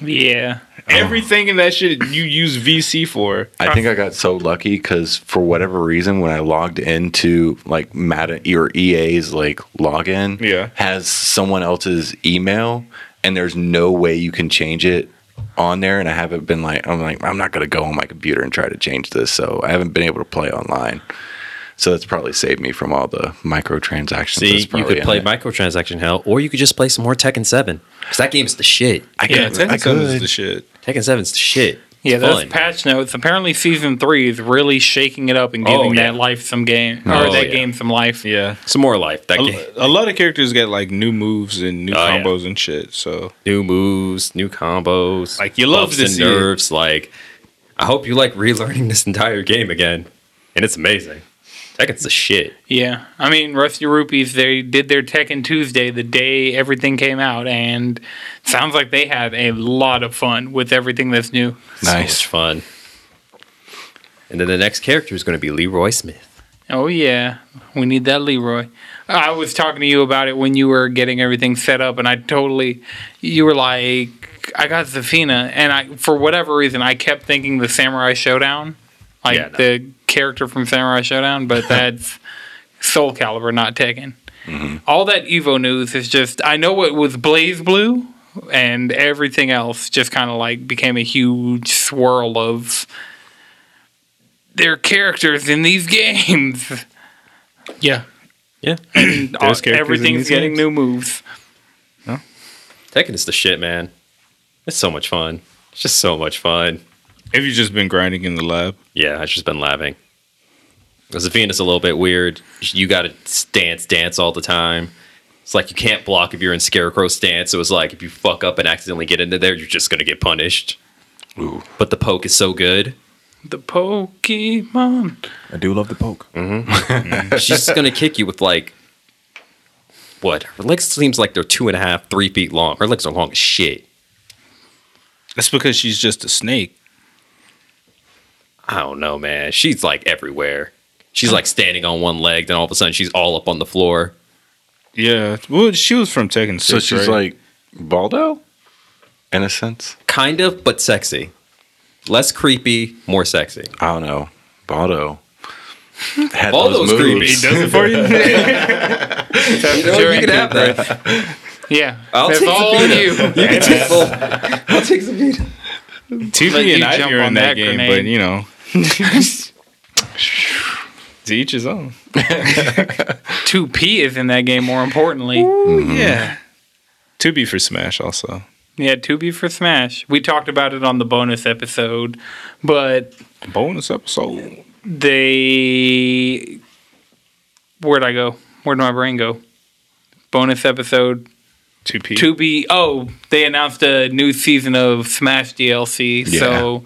Yeah. Everything in that shit you use VC for. I think I got so lucky because for whatever reason, when I logged into like Madden or EA's like login, Yeah. has someone else's email, and there's no way you can change it on there. And I haven't been like, I'm like, I'm not gonna go on my computer and try to change this, so I haven't been able to play online. So that's probably saved me from all the microtransactions. See, that's you probably could in play it. microtransaction hell, or you could just play some more Tekken Seven because that game's the shit. I Yeah, could, I Tekken Seven is could. the shit. Tekken Seven's the shit. Yeah, It's those fun. patch notes. Apparently, season three is really shaking it up and Oh, giving yeah. that life some game or Oh, that yeah. game some life. Yeah. some more life. That game, A, a lot of characters get like new moves and new Oh, yeah. combos and shit. So new moves, new combos. Like, you love buffs to and see it. nerfs. Like I hope you like relearning this entire game again, and it's amazing. Tekken's the shit. Yeah, I mean, Rusty Rupees. They did their Tekken Tuesday the day everything came out, and sounds like they had a lot of fun with everything that's new. Nice. so much fun. And then the next character is going to be Leroy Smith. Oh yeah, we need that Leroy. I was talking to you about it when you were getting everything set up, and I totally, you were like, I got Zafina, and I for whatever reason I kept thinking the Samurai Showdown, like Yeah, no. the character from Samurai Showdown, but that's Soul Calibur, not Tekken. Mm-hmm. All that Evo news is just I know it was Blaze Blue, and everything else just kind of like became a huge swirl of their characters in these games. Yeah. Yeah. And all, characters in everything's these getting games? new moves. Tekken is the shit, man. It's so much fun. It's just so much fun. have you just been grinding in the lab? Yeah, I've just been laughing. Zafina's a little bit weird. You got to dance, dance all the time. It's like you can't block if you're in Scarecrow stance. It was like if you fuck up and accidentally get into there, you're just gonna get punished. But the poke is so good. The Pokemon. I do love the poke. She's just gonna kick you with like what? Her legs seems like they're two and a half, three feet long. Her legs are long as shit. That's because she's just a snake. I don't know, man. She's like everywhere. She's like standing on one leg, then all of a sudden she's all up on the floor. Yeah. Well, she was from Tekken. 6, So right? she's like Baldo, in a sense. Kind of, but sexy. Less creepy, more sexy. I don't know. Baldo. Had Baldo's those creepy. moves. He does it for you. You know, you can have that. Yeah. I'll That's take all Zafina. you. You can take both. TV Let you and jump Ivy are on in that that, game, grenade. but you know, to each his own. 2P is in that game, more importantly. Mm-hmm. Yeah. To be for Smash also. Yeah, 2P for Smash. We talked about it on the bonus episode, but Bonus episode. they. Where'd I go? Where'd my brain go? Bonus episode Two P. to be oh they announced a new season of smash dlc so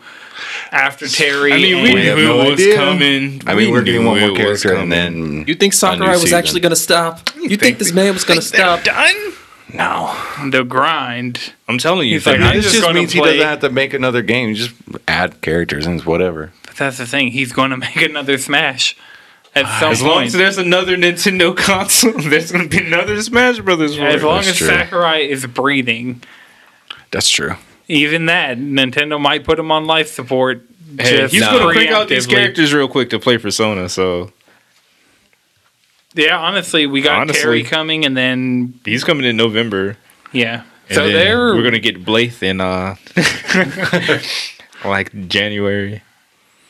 after terry I mean, we, and- We have knew no it was idea. coming. I mean, we are getting knew one it more was character, coming. and then You think Sakurai was season. actually going to stop? You, think, this man was going to stop? done. no. the grind I'm telling you, He's like, they're I'm This just just gonna means he play- doesn't have to make another game. You just add characters and it's whatever. but that's the thing he's going to make another smash at some Ah, As long point. as there's another Nintendo console, there's gonna be another Smash Brothers. as world. long That's as true. Sakurai is breathing, That's true. even that Nintendo might put him on life support. Hey, just he's gonna crank out these preemptively. characters real quick to play Persona. So Yeah, honestly, we got Honestly. Terry coming, and then he's coming in November. yeah. and So then they're we're gonna get Blythe in uh like January.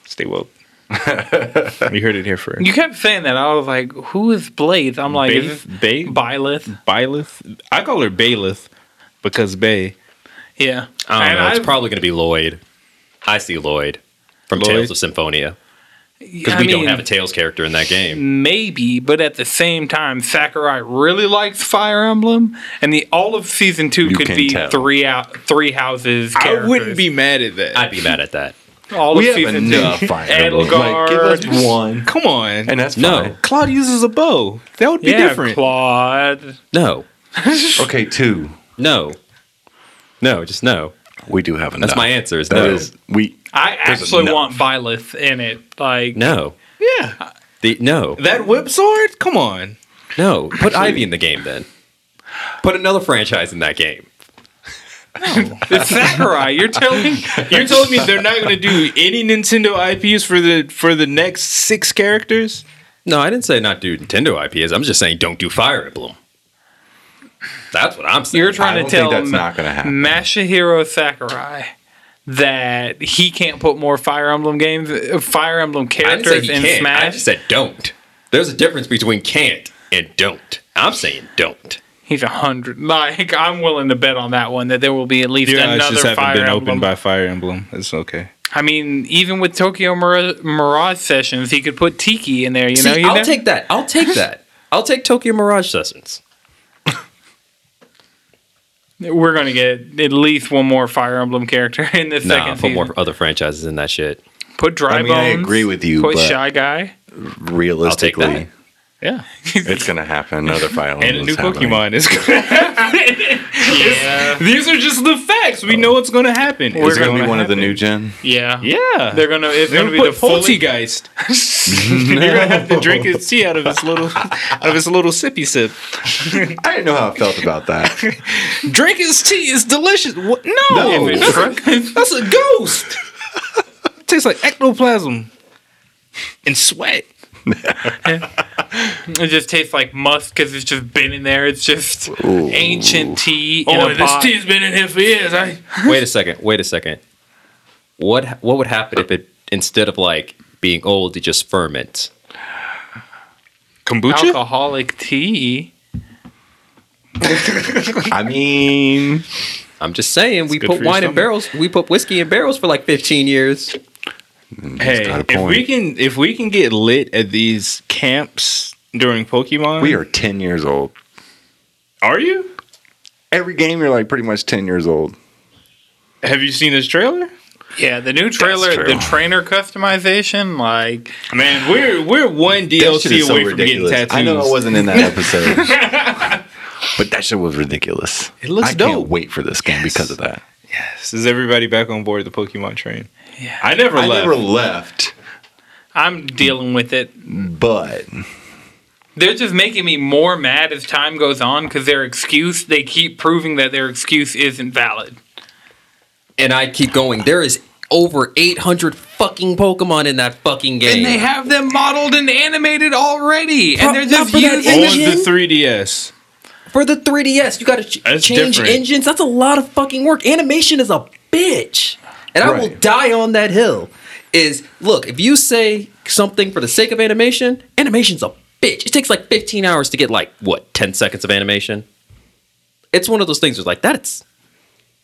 Stay woke. you heard it here first. You kept saying that. I was like, who is Blaze? I'm like, is Baith, this Bay, Byleth? Byleth. I call her Bayleth because Bay. Yeah. I don't And know. It's I've- probably going to be Lloyd. I see Lloyd from Lloyd? Tales of Symphonia because I we don't mean, have a Tales character in that game. Maybe, but at the same time, Sakurai really likes Fire Emblem, and the all of season two You could can be tell. three out three houses. I wouldn't characters. be mad at that. I'd be mad at that. all We of have season enough two. Fire Emblem. Like, give us Edgar, one. Come on. And that's No. fine. Claude uses a bow. That would be yeah, different. Claude. No, Okay, two. no, no, just no. We do have enough. That's my answer. Is That no, is- we. I There's actually enough. want Byleth in it. Like, no, yeah. the no, That whip sword? Come on. no. Put Ivy in the game then. Put another franchise in that game. it's Sakurai. You're telling You're telling me they're not gonna do any Nintendo IPs for the for the next six characters? No, I didn't say not do Nintendo IPs. I'm just saying don't do Fire Emblem. That's what I'm saying. you're trying to I don't tell think that's Ma- not going to happen. Masahiro Sakurai that he can't put more Fire Emblem games, uh, Fire Emblem I didn't say characters he in can't. I Smash. just said don't. There's a difference between can't and don't. I'm saying don't. He's a hundred. Like I'm willing to bet on that one that there will be at least Your eyes another just haven't Fire been Emblem. opened by Fire Emblem. It's okay. I mean, even with Tokyo Mir- Mirage Sessions, he could put Tiki in there. You See, know, you I'll never- take that. I'll take that. I'll take Tokyo Mirage Sessions. we're gonna get at least one more Fire Emblem character in this Nah, second put season. more other franchises in that shit. Put Dry I mean, I Bones. agree with you, Put but- Shy Guy. Realistically, that. Yeah. it's going to happen. Another Fire And Emblem a is new happening. Pokemon is gonna Yeah, These are just the facts. We know what's gonna happen. Is Oh. It's it going to be gonna one of the happen. new gen? yeah. Yeah. They're gonna. It's They're gonna, gonna, be the put fully Poltegeist. You're gonna have to drink his tea out of his little out of his little sippy sip. I didn't know how I felt about that. Drink his tea is delicious. What? No, No. That's, a, that's a ghost. tastes like ectoplasm and sweat. It just tastes like musk because it's just been in there. It's just ancient tea. in Oh, a pot. been in here for years. I Wait a second. Wait a second. What what would happen if it instead of like being old, it just ferments? kombucha. alcoholic tea. I mean, I'm just saying we good put for your wine in stomach. barrels. We put whiskey in barrels for like 15 years. Hey, got a if we point. can if we can get lit at these camps during Pokemon, we are 10 years old. Are you? Every game, you're like pretty much 10 years old. Have you seen this trailer? Yeah, the new trailer, true. the trainer customization, like Man, we're we're one That DLC shit is so away from ridiculous. getting tattoos. I know I wasn't in that episode. but that shit was ridiculous. It looks I dope. can't wait for this game because of that. Is everybody back on board the Pokemon train? Yeah. I never I left. never left, I'm dealing with it. but They're just making me more mad as time goes on because their excuse, they keep proving that their excuse isn't valid. And I keep going. There is over 800 fucking Pokemon in that fucking game. And they have them modeled and animated already, and they're just Proper that using. engine. on the 3DS. for the 3DS, you got to ch- That's change different. engines. That's a lot of fucking work. Animation is a bitch, and I will Right. die on that hill. Is look, if you say something for the sake of animation, animation's a bitch. It takes like 15 hours to get like what 10 seconds of animation. It's one of those things where like that's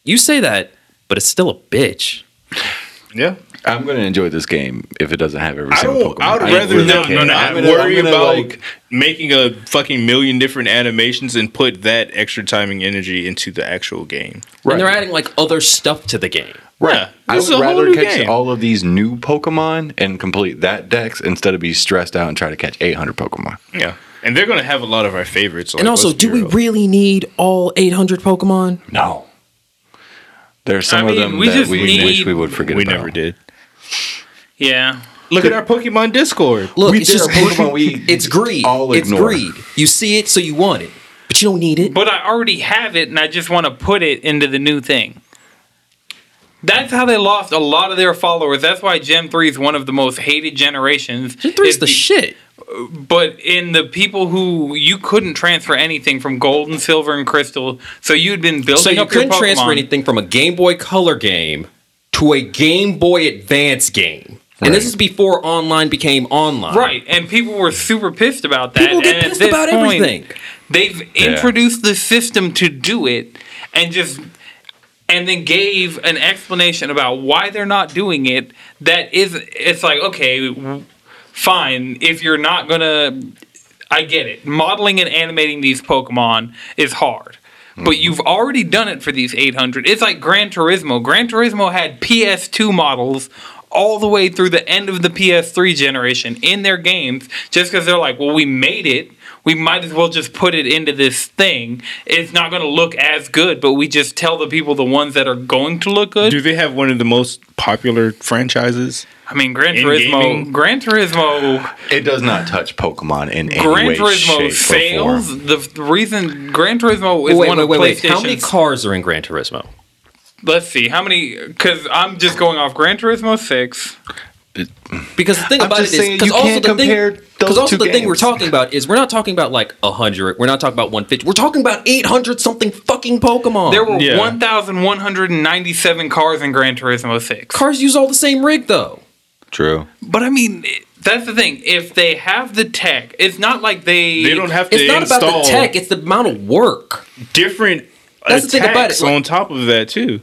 you say that, but it's still a bitch. Yeah. I'm going to enjoy this game if it doesn't have every I single don't. Pokemon. I would I rather really them care. not have I'm gonna- worry I'm gonna, about like, making a fucking million different animations and put that extra time and energy into the actual game. right. And they're adding like other stuff to the game. Right. Yeah, I this would is a whole rather new catch game. all of these new Pokemon and complete that dex instead of be stressed out and try to catch 800 Pokemon. Yeah, and they're gonna have a lot of our favorites. and also, do we really need all 800 Pokemon? No. There are some I mean, of them we that just we need- wish we would forget We about. never did. Yeah, Look at our Pokemon Discord. Look, We it's did just a Pokemon we it's greed. all it's ignore. greed. You see it, so you want it, but you don't need it. But I already have it, and I just want to put it into the new thing. That's how they lost a lot of their followers. That's why Gen Three is one of the most hated generations. Gen 3 is It- the shit. But in the people who you couldn't transfer anything from gold and silver and crystal, so you'd been building So you up your couldn't transfer Pokemon. anything from a Game Boy Color game to a Game Boy Advance game. And this is before online became online. Right, and people were super pissed about that. People and get at pissed this about point, everything. They've introduced the system to do it and just and then gave an explanation about why they're not doing it that is it's like okay fine if you're not going to I get it. Modeling and animating these Pokemon is hard. But you've already done it for these 800. It's like Gran Turismo. Gran Turismo had PS2 models all the way through the end of the PS3 generation in their games just because they're like, well, we made it. We might as well just put it into this thing. It's not going to look as good, but we just tell the people the ones that are going to look good. Do they have one of the most popular franchises? I mean, Gran In Turismo. gaming? Gran Turismo. It does not touch Pokemon in any Gran way, Turismo shape, or form. fails. The f- reason Gran Turismo is Wait, one wait, of wait, wait. How many PlayStation's cars are in Gran Turismo? let's see how many because i'm just going off gran turismo 6 Because the thing I'm about it just is, saying because you also can't the compare thing, those because also two the thing we're games. talking about is we're not talking about like hundred. We're not talking about one fifty. We're talking about eight hundred something fucking Pokemon. there were Yeah. 1197 cars in gran turismo 6 cars use all the same rig though. True. but i mean it- that's the thing if they have the tech it's not like they They don't have to It's not install about the tech. It's the amount of work. different That's the thing about attacks it, like- on top of that too.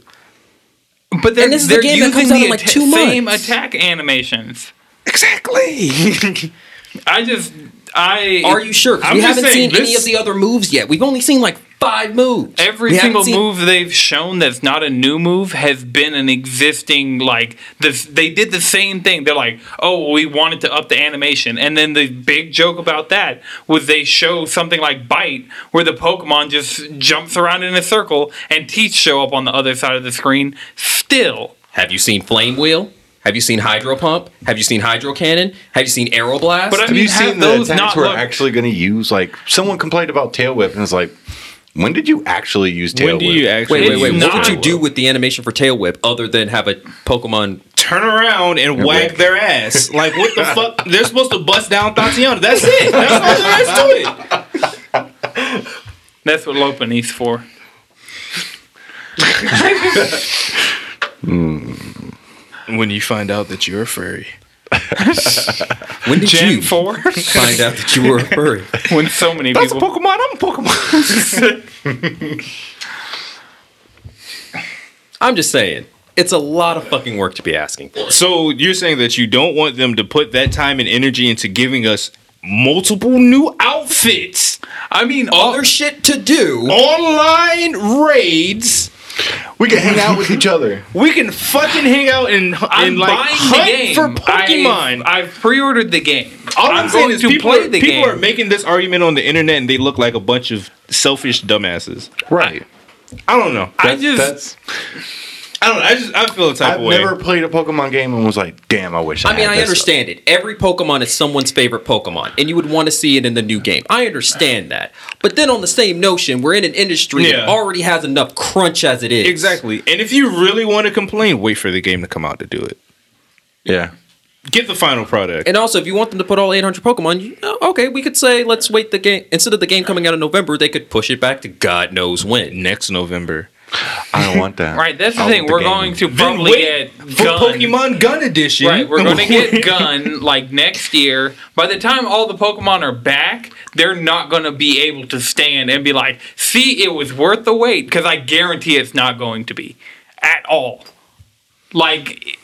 but they're, and this is a they're game that using comes the out in, like, atta- two same months. attack animations Exactly. i just i Are you sure? 'Cause I'm We just haven't saying seen any this- of the other moves yet. We've only seen like five moves. Every We haven't single seen- move they've shown that's not a new move has been an existing like this. They did the same thing. They're like, oh, we wanted to up the animation, and then the big joke about that was they show something like Bite, where the Pokemon just jumps around in a circle, and teeth show up on the other side of the screen. Still, Have you seen Flame Wheel? Have you seen Hydro Pump? Have you seen Hydro Cannon? Have you seen Aeroblast? Blast? But I Have mean, you have seen the those attacks not we're look- actually going to use? Like someone complained about Tail Whip, and it's like, when did you actually use Tail When do Whip? you actually wait, wait, wait. It's What would not- you do with the animation for Tail Whip other than have a Pokemon? turn around and whack their ass? Like what the fuck? They're supposed to bust down Tatiana. That's it. That's all there is to it. that's what Lopunny's for. When you find out that you're a furry. When did Gen you four. find out that you were a furry? when so many people. Pokemon, I'm a Pokemon. I'm just saying, it's a lot of fucking work to be asking for. So you're saying that you don't want them to put that time and energy into giving us multiple new outfits, I mean, all Other shit to do. online raids. We can hang out with each other. We can fucking hang out and, I'm and like buying hunt the game for Pokemon. I've, I've pre-ordered the game. All I'm, I'm saying going is to people, play are, the people game. are making this argument on the internet and they look like a bunch of selfish dumbasses. Right. I don't know. I, Oh, I just That's. I don't know. I just I feel the type I've of way. never played a Pokemon game and was like, damn, I wish. I, I mean, had I this. understand it. Every Pokemon is someone's favorite Pokemon, and you would want to see it in the new game. I understand that. But then, on the same notion, we're in an industry that Yeah. already has enough crunch as it is. Exactly. And if you really want to complain, wait for the game to come out to do it. Yeah. Get the final product. And also, if you want them to put all 800 Pokemon, you, oh, okay, we could say let's wait the game. Instead of the game coming out in November, they could push it back to God knows when. Next November. I don't want that. right. That's the I thing. want We're game. going to Then probably wait get for gun. Pokemon Gun Edition. Right, we're going to get gun like next year. By the time all the Pokemon are back, they're not going to be able to stand and be like, "See, it was worth the wait." Because I guarantee it's not going to be at all. Like,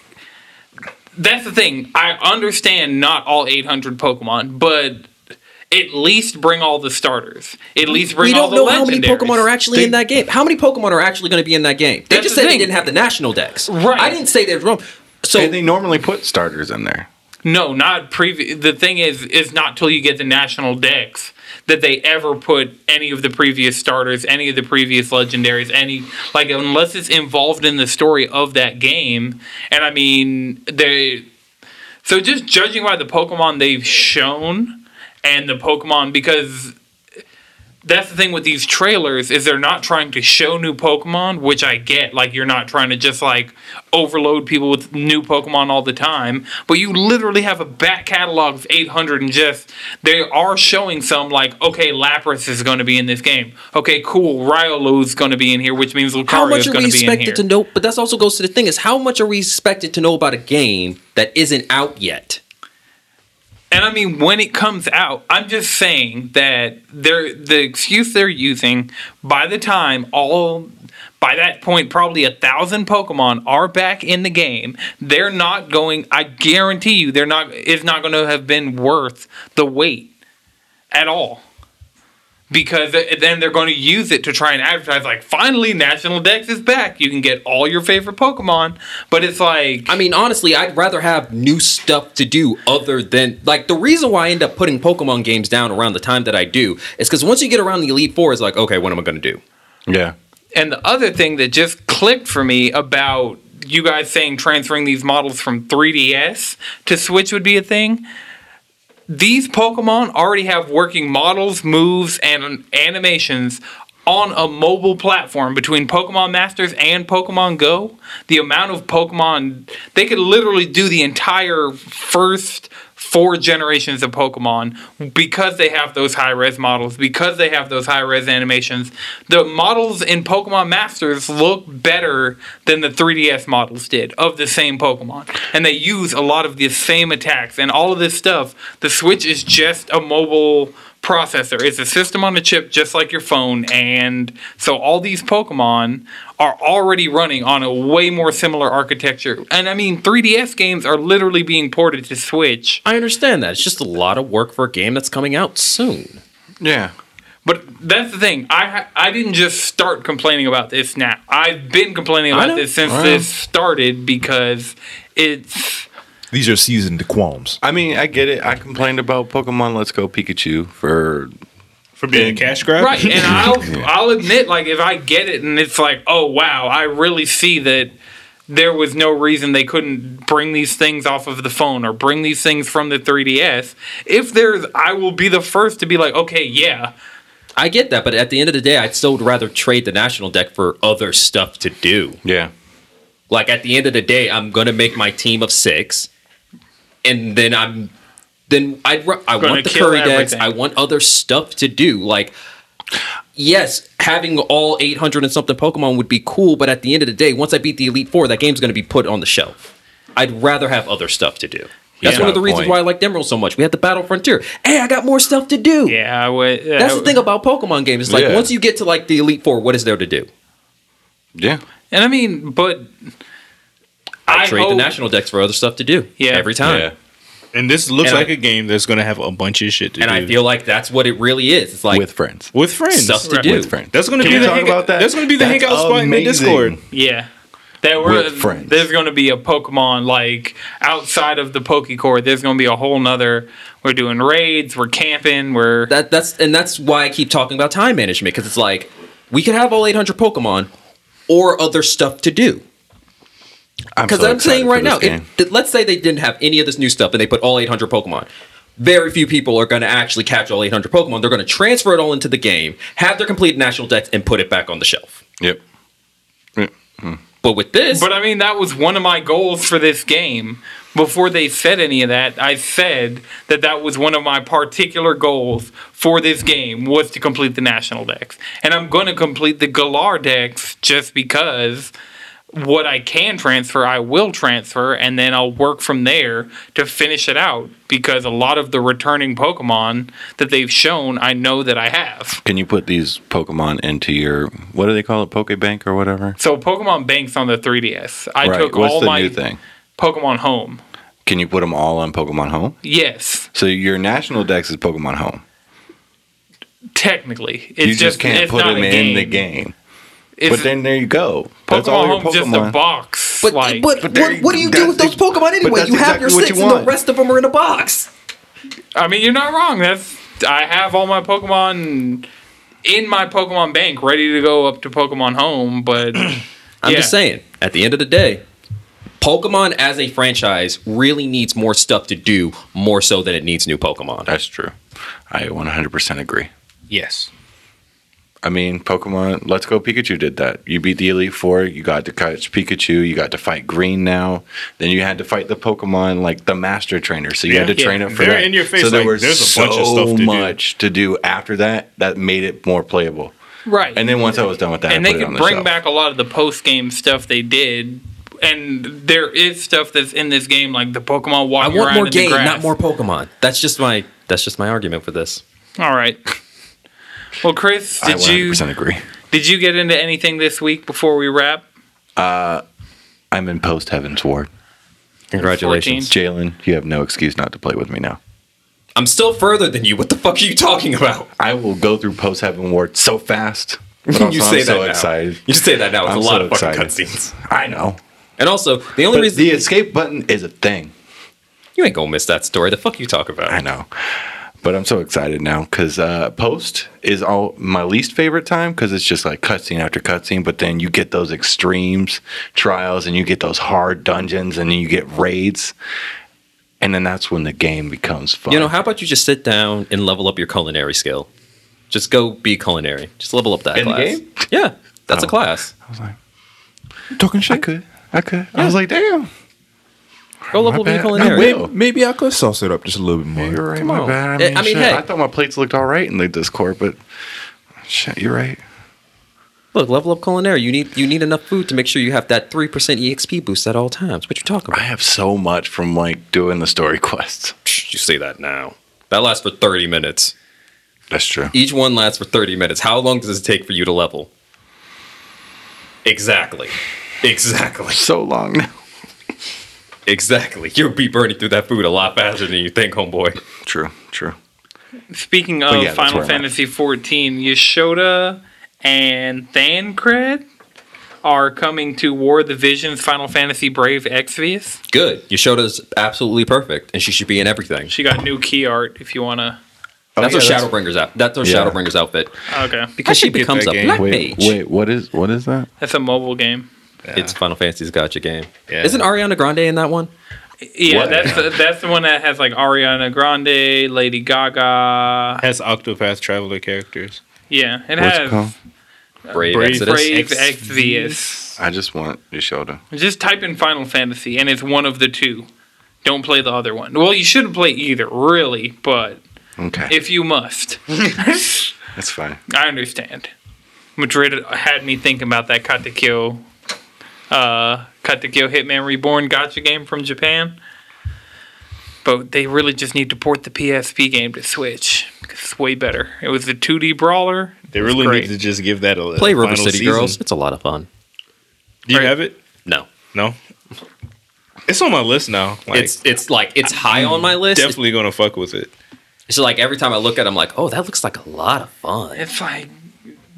that's the thing. I understand not all 800 Pokemon, but at least bring all the starters. At least bring We all don't the know how many Pokemon legendaries. are actually in that game. How many Pokemon are actually going to be in that game? They That's just the said they thing. didn't have the national decks. Right. I didn't say they were wrong. So And they normally put starters in there. No, not previous. The thing is, is not till you get the national decks that they ever put any of the previous starters, any of the previous legendaries, any like unless it's involved in the story of that game. And I mean, they So just judging by the Pokemon they've shown and the Pokemon because that's the thing with these trailers is they're not trying to show new Pokemon, which I get. Like you're not trying to just like overload people with new Pokemon all the time, but you literally have a back catalog of 800 and just they are showing some like okay, Lapras is going to be in this game. Okay, cool, Ryolu's going to be in here, which means How Lucario much is are going we to be in here. expected to know? But that's also goes to the thing is how much are we expected to know about a game that isn't out yet? And I mean, when it comes out, I'm just saying that they're the excuse they're using. By the time all, by that point, probably a thousand Pokemon are back in the game. They're not going. I guarantee you, they're not. It's not going to have been worth the wait at all. Because th- then they're going to use it to try and advertise, like, finally, National Dex is back. You can get all your favorite Pokemon. But it's like, I mean, honestly, I'd rather have new stuff to do other than like the reason why I end up putting Pokemon games down around the time that I do is because once you get around the Elite Four, it's like, okay, what am I going to do? Yeah. And the other thing that just clicked for me about you guys saying transferring these models from 3DS to Switch would be a thing. These Pokemon already have working models, moves, and animations on a mobile platform between Pokemon Masters and Pokemon Go. The amount of Pokemon they could literally do the entire first four generations of Pokemon because they have those high res models, because they have those high res animations. The models in Pokemon Masters look better than the 3DS models did of the same Pokemon. And they use a lot of the same attacks and all of this stuff. The Switch is just a mobile processor. It's a system on a chip just like your phone and so all these Pokemon are already running on a way more similar architecture. And I mean 3DS games are literally being ported to Switch. I understand that. It's just a lot of work for a game that's coming out soon. Yeah. But that's the thing. I ha- I didn't just start complaining about this now. I've been complaining I about know. this since this started because it's These are seasoned qualms. I mean, I get it. I complained about Pokemon Let's Go Pikachu for for being a cash grab. right. And I'll I'll admit, like if I get it and it's like, oh wow, I really see that there was no reason they couldn't bring these things off of the phone or bring these things from the 3DS. If there's, I will be the first to be like, okay, yeah, I get that, but at the end of the day, I'd still rather trade the National Deck for other stuff to do. yeah. Like at the end of the day, I'm gonna make my team of six, and then I'm then I'd ru- I Gonna want the kill curry decks. everything. I want other stuff to do. Like yes, having all 800 and something Pokemon would be cool, but at the end of the day, once I beat the Elite Four, that game's gonna be put on the shelf. I'd rather have other stuff to do. That's Yeah. one of the reasons Point. why I liked Emerald so much. We had the Battle Frontier. Hey, I got more stuff to do. yeah, I would. That's the thing about Pokemon games. It's like Yeah. once you get to like the Elite Four, what is there to do? Yeah. And I mean, but I, trade the hope- national decks for other stuff to do. Yeah. every time. Yeah. And this looks And I- like a game that's going to have a bunch of shit to And do. I feel like that's what it really is. It's like Mm-hmm. with friends. with friends. stuff to do. With friends. That's going to Can be we the talk hang- about that? That's going to be the That's hangout spot in the amazing. Discord. Yeah. There were, With friends. there's going to be a Pokemon like outside of the Pokecore. There's going to be a whole nother. We're doing raids. We're camping. We're that. That's and that's why I keep talking about time management because it's like we could have all 800 Pokemon or other stuff to do. Because I'm saying right now, if, th- let's say they didn't have any of this new stuff and they put all 800 Pokemon. Very few people are going to actually catch all 800 Pokemon. They're going to transfer it all into the game, have their complete national decks, and put it back on the shelf. yep. But with this, But I mean, that was one of my goals for this game. Before they said any of that, I said that that was one of my particular goals for this game was to complete the national decks, and I'm going to complete the Galar decks just because what I can transfer, I will transfer, and then I'll work from there to finish it out because a lot of the returning Pokemon that they've shown, I know that I have. Can you put these Pokemon into your what do they call it, Pokebank or whatever? So Pokemon Banks on the 3DS, I took What's all the my new thing? Pokemon Home. Can you put them all on Pokemon Home? Yes. So your national dex is Pokemon Home. Technically, it's you just, can't it's put not them a in the game. It's but then there you go. Pokemon That's all your Home's just a Pokemon. box. But, like, but, But there what, what do you- you do that's with those the- Pokemon anyway? that's You have your exactly what six, you and the want. rest of them are in a box. I mean, you're not wrong. That's I have all my Pokemon in my Pokemon bank, ready to go up to Pokemon Home. But I'm Yeah. just saying, at the end of the day, Pokemon as a franchise really needs more stuff to do, more so than it needs new Pokemon. That's true. I 100% agree. Yes. I mean, Pokemon Let's Go Pikachu did that. You beat the Elite Four, you got to catch Pikachu, you got to fight Green now. Then you had to fight the Pokemon like the Master Trainer, so you had Yeah. to train Yeah. up for They're that. in your face, So there like, was there's a so bunch of stuff to do. much to do after that that made it more playable. Right. And then once I was done with that, and I they put it on could the bring shelf. back a lot of the post game stuff they did. And there is stuff that's in this game, like the Pokemon I walking want around more in the game, grass. not more Pokemon. That's just my that's just my argument for this. All right. Well, Chris, I did you 100% agree. did you get into anything this week before we wrap? I'm in post Heaven's Ward. Congratulations. Jalen, you have no excuse not to play with me now. I'm still further than you. What the fuck are you talking about? I will go through post Heaven Ward so fast. But you also, say that I'm so now. excited. You say that now. It's I'm a so lot of fucking excited. cutscenes. I know. And also, the only But reason the escape button is a thing. you ain't gonna miss that story. The fuck you talk about? I know. But I'm so excited now because uh, post is all my least favorite time because it's just like cutscene after cutscene. But then you get those extremes trials and you get those hard dungeons and you get raids. And then that's when the game becomes fun. You know, how about you just sit down and level up your culinary skill? Just go be culinary. Just level up that In the class. game? Yeah, that's a Oh. class. talking shit. I could. I could. I was like, damn. Go level up bad. your No, culinary. wait, Maybe, maybe I could sauce it up just a little bit more. You're right. Come my on. bad. Eh, I mean, I mean, shit, hey. I thought my plates looked all right in the Discord, but shit, you're right. Look, level up culinary. You need you need enough food to make sure you have that three percent exp boost at all times. What you talking I about? have so much from like doing the story quests. You say that now. That lasts for thirty minutes. That's true. Each one lasts for thirty minutes. How long does it take for you to level? Exactly. Exactly. So long now. Exactly. You'll be burning through that food a lot faster than you think, homeboy. True. True. Speaking of yeah, that's Final where I'm at. Fantasy fourteen, Yashoda and Thancred are coming to War of the Visions Final Fantasy Brave Exvius. Good. Your showed us absolutely perfect, and she should be in everything. She got new key art if you wanna that's yeah, her that's- Shadowbringers out. That's her Yeah. Shadowbringers outfit Okay. because she should get becomes that a game. black Wait, mage. wait, what is what is that? That's a mobile game. It's Final Fantasy's gotcha game. Yeah. Isn't Ariana Grande in that one? Yeah, What? that's the, that's the one that has like Ariana Grande, Lady Gaga. Has Octopath Traveler characters. Yeah, it What's it has called? Brave, Brave- Exodus. Brave Exvius. Exvius. I just want your shoulder. Just type in Final Fantasy, and it's one of the two. Don't play the other one. Well, you shouldn't play either, really, but Okay, if you must, I that's fine. understand. Madrid had me thinking about that Katakyo, uh, Katakyo Hitman Reborn gotcha game from Japan. But they really just need to port the PSP game to Switch. 'cause It's way better. It was a 2D brawler. They really great. need to just give that a a Play River final City season. Girls. It's a lot of fun. Do you Right. have it? No, No. It's on my list now. Like, it's it's like it's high on my list. definitely gonna fuck with it. It's like every time I look at, it, I'm like, oh, that looks like a lot of fun. It's like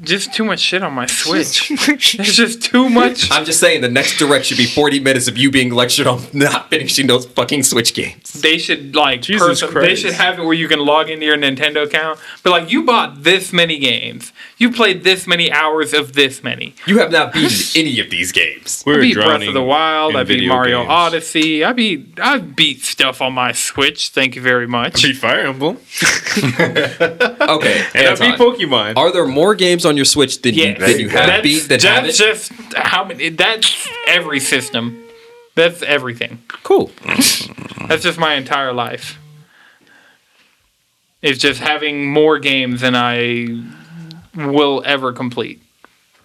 just too much shit on my Switch. There's just too much. I'm just saying, the next direct should be 40 minutes of you being lectured on not finishing those fucking Switch games. They should like Jesus person- they Christ. should have it where you can log into your Nintendo account. But like you bought this many games. You played this many hours of this many. You have not beaten any of these games. We're I beat drowning Breath of the Wild, in I beat video Mario games. Odyssey, I beat I beat stuff on my Switch, thank you very much. Beat Fire Emblem. Okay, And I Anton. beat Pokemon. Are there more games on your Switch than you, than you have that's, beat than haven't? that's just how many that's every system. That's everything. cool. Hmm. That's just my entire life. It's just having more games than I will ever complete.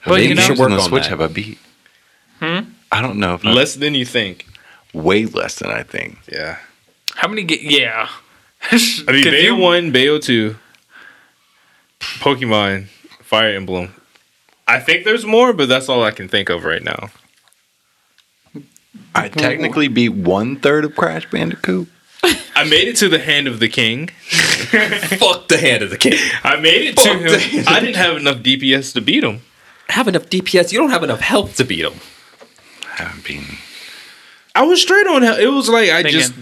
But Maybe you you know, should work on the on Switch that. have I beat? I don't know if less, Less than you think. way less than I think. Yeah. how many? Ga- yeah, I mean, 'Cause Bayo you- one, Bayo two, Pokemon, Fire Emblem. I think there's more, but that's all I can think of right now. I technically beat one third of Crash Bandicoot. I made it to the Hand of the King. Fuck the hand of the king. I made it to Fuck him. that. I didn't have enough DPS to beat him. Have enough DPS. You don't have enough health to beat them. I haven't beaten. I was straight on hell. It was like I Thinking, just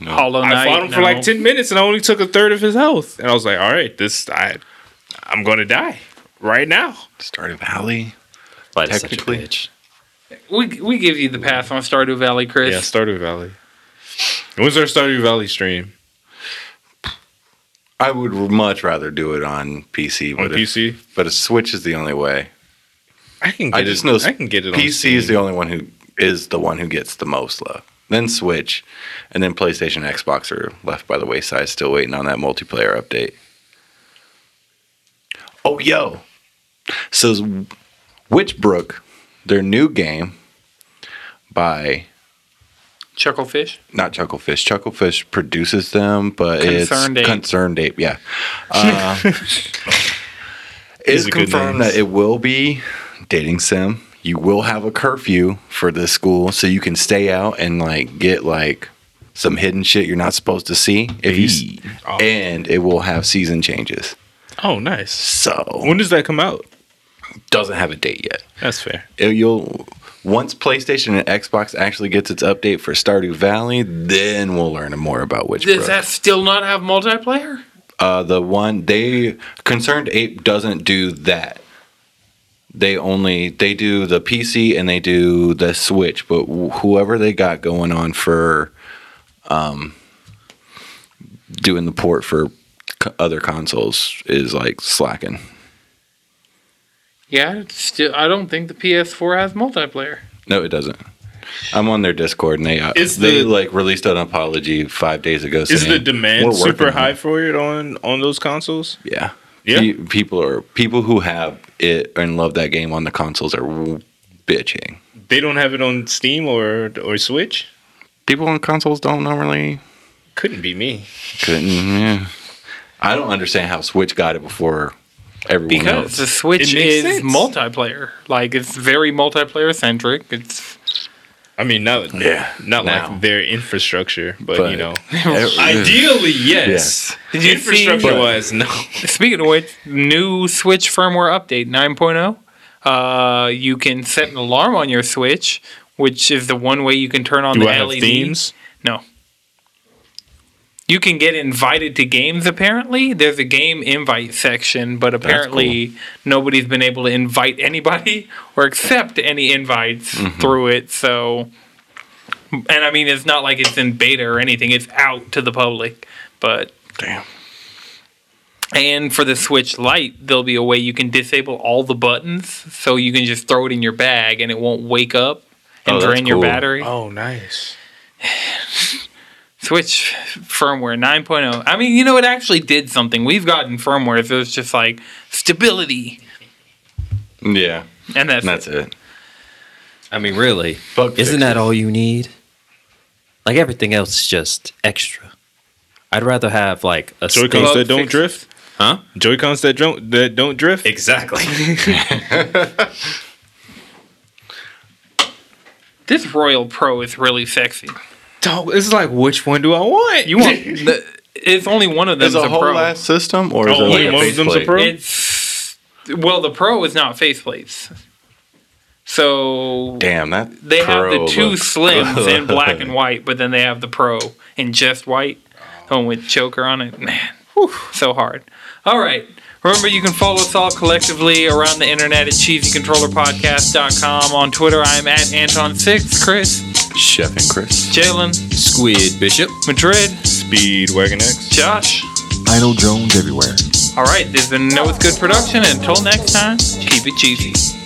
No. Hollow Knight. I fought him for no. like ten minutes and I only took a third of his health. And I was like, all right, this I I'm gonna die right now. Stardew Valley. But Technically. such a bitch. We we give you the pass on Stardew Valley, Chris. Yeah, Stardew Valley. When's our Stardew Valley stream I would much rather do it on PC, on but, if- PC? but a Switch is the only way. I can. Get I just it, know I can get it. on PC is Steam. the only one who is the one who gets the most love. Then Switch, and then PlayStation, and Xbox are left by the wayside, still waiting on that multiplayer update. Oh yo, so Witchbrook, their new game by Chucklefish. not Chucklefish. Chucklefish produces them, but Concerned it's Ape. Concerned Ape. Yeah, uh, These it's are good confirmed names. that it will be dating sim. You will have a curfew for this school, so you can stay out and like get like some hidden shit you're not supposed to see. If you, s- Oh. and it will have season changes. Oh, nice. So When does that come out? doesn't have a date yet. That's fair. It- you'll once PlayStation and Xbox actually gets its update for Stardew Valley, then we'll learn more about which. Does that still not have multiplayer? Uh, the one they concerned ape doesn't do that. They only they do the PC and they do the Switch, but wh- whoever they got going on for um, doing the port for co- other consoles is like slacking. Yeah, it's still. I don't think the PS4 has multiplayer. No, it doesn't. I'm on their Discord and they uh, Is they the- like released an apology five days ago. Is the saying, "We're demand working super on high it." for it on on those consoles? Yeah. Yeah. Pe- people are people who have it and love that game on the consoles are w- bitching. They don't have it on Steam or or Switch. people on consoles don't normally Couldn't be me. couldn't. Yeah. I don't understand how Switch got it before everyone Because the else. Switch It makes is sense. multiplayer. Like it's very multiplayer centric. It's I mean, not Yeah, not now. like their infrastructure, but, But- you know, Ev- ideally, yes. Did you see- Infrastructure wise, no. Speaking of which, new Switch firmware update 9.0. Uh, you can set an alarm on your Switch, which is the one way you can turn on Do the E I have LED. themes? No. You can get invited to games apparently. There's a game invite section, but apparently nobody's been able to invite anybody or accept any invites through it. So and I mean it's not like it's in beta or anything. It's out to the public. But Damn. and for the Switch Lite, there'll be a way you can disable all the buttons so you can just throw it in your bag and it won't wake up and Oh, that's drain your cool. battery. Oh, nice. Switch firmware 9.0. I mean, you know, it actually did something. We've gotten firmware that was just like stability, Yeah, and that's, and that's it. I mean, really, Bug isn't that fixes. all you need? Like everything else is just extra. I'd rather have like a Joy stick- cons that don't fix- drift, Huh? Joy cons that don't that don't drift. Exactly. This Royal Pro is really sexy. Dog, it's like which one do I want? You want? the, it's only one of them. Is a whole pro. ass system or is Oh, only it like one a of them's a faceplate? pro? It's well, the Pro is not faceplates, so Damn that. they pro have the two looks slims good. in black and white, but then they have the Pro in just white, the one with choker on it. Man, whew, so hard. All right. Remember, you can follow us all collectively around the internet at cheesycontrollerpodcast.com. On Twitter, I'm at Anton6, Chris, Chef and Chris. Jalen, Squid Bishop. Madrid, Speedwagon X. Josh. Inal Jones everywhere. All right, this has been No It's Good Production. Until next time, keep it cheesy.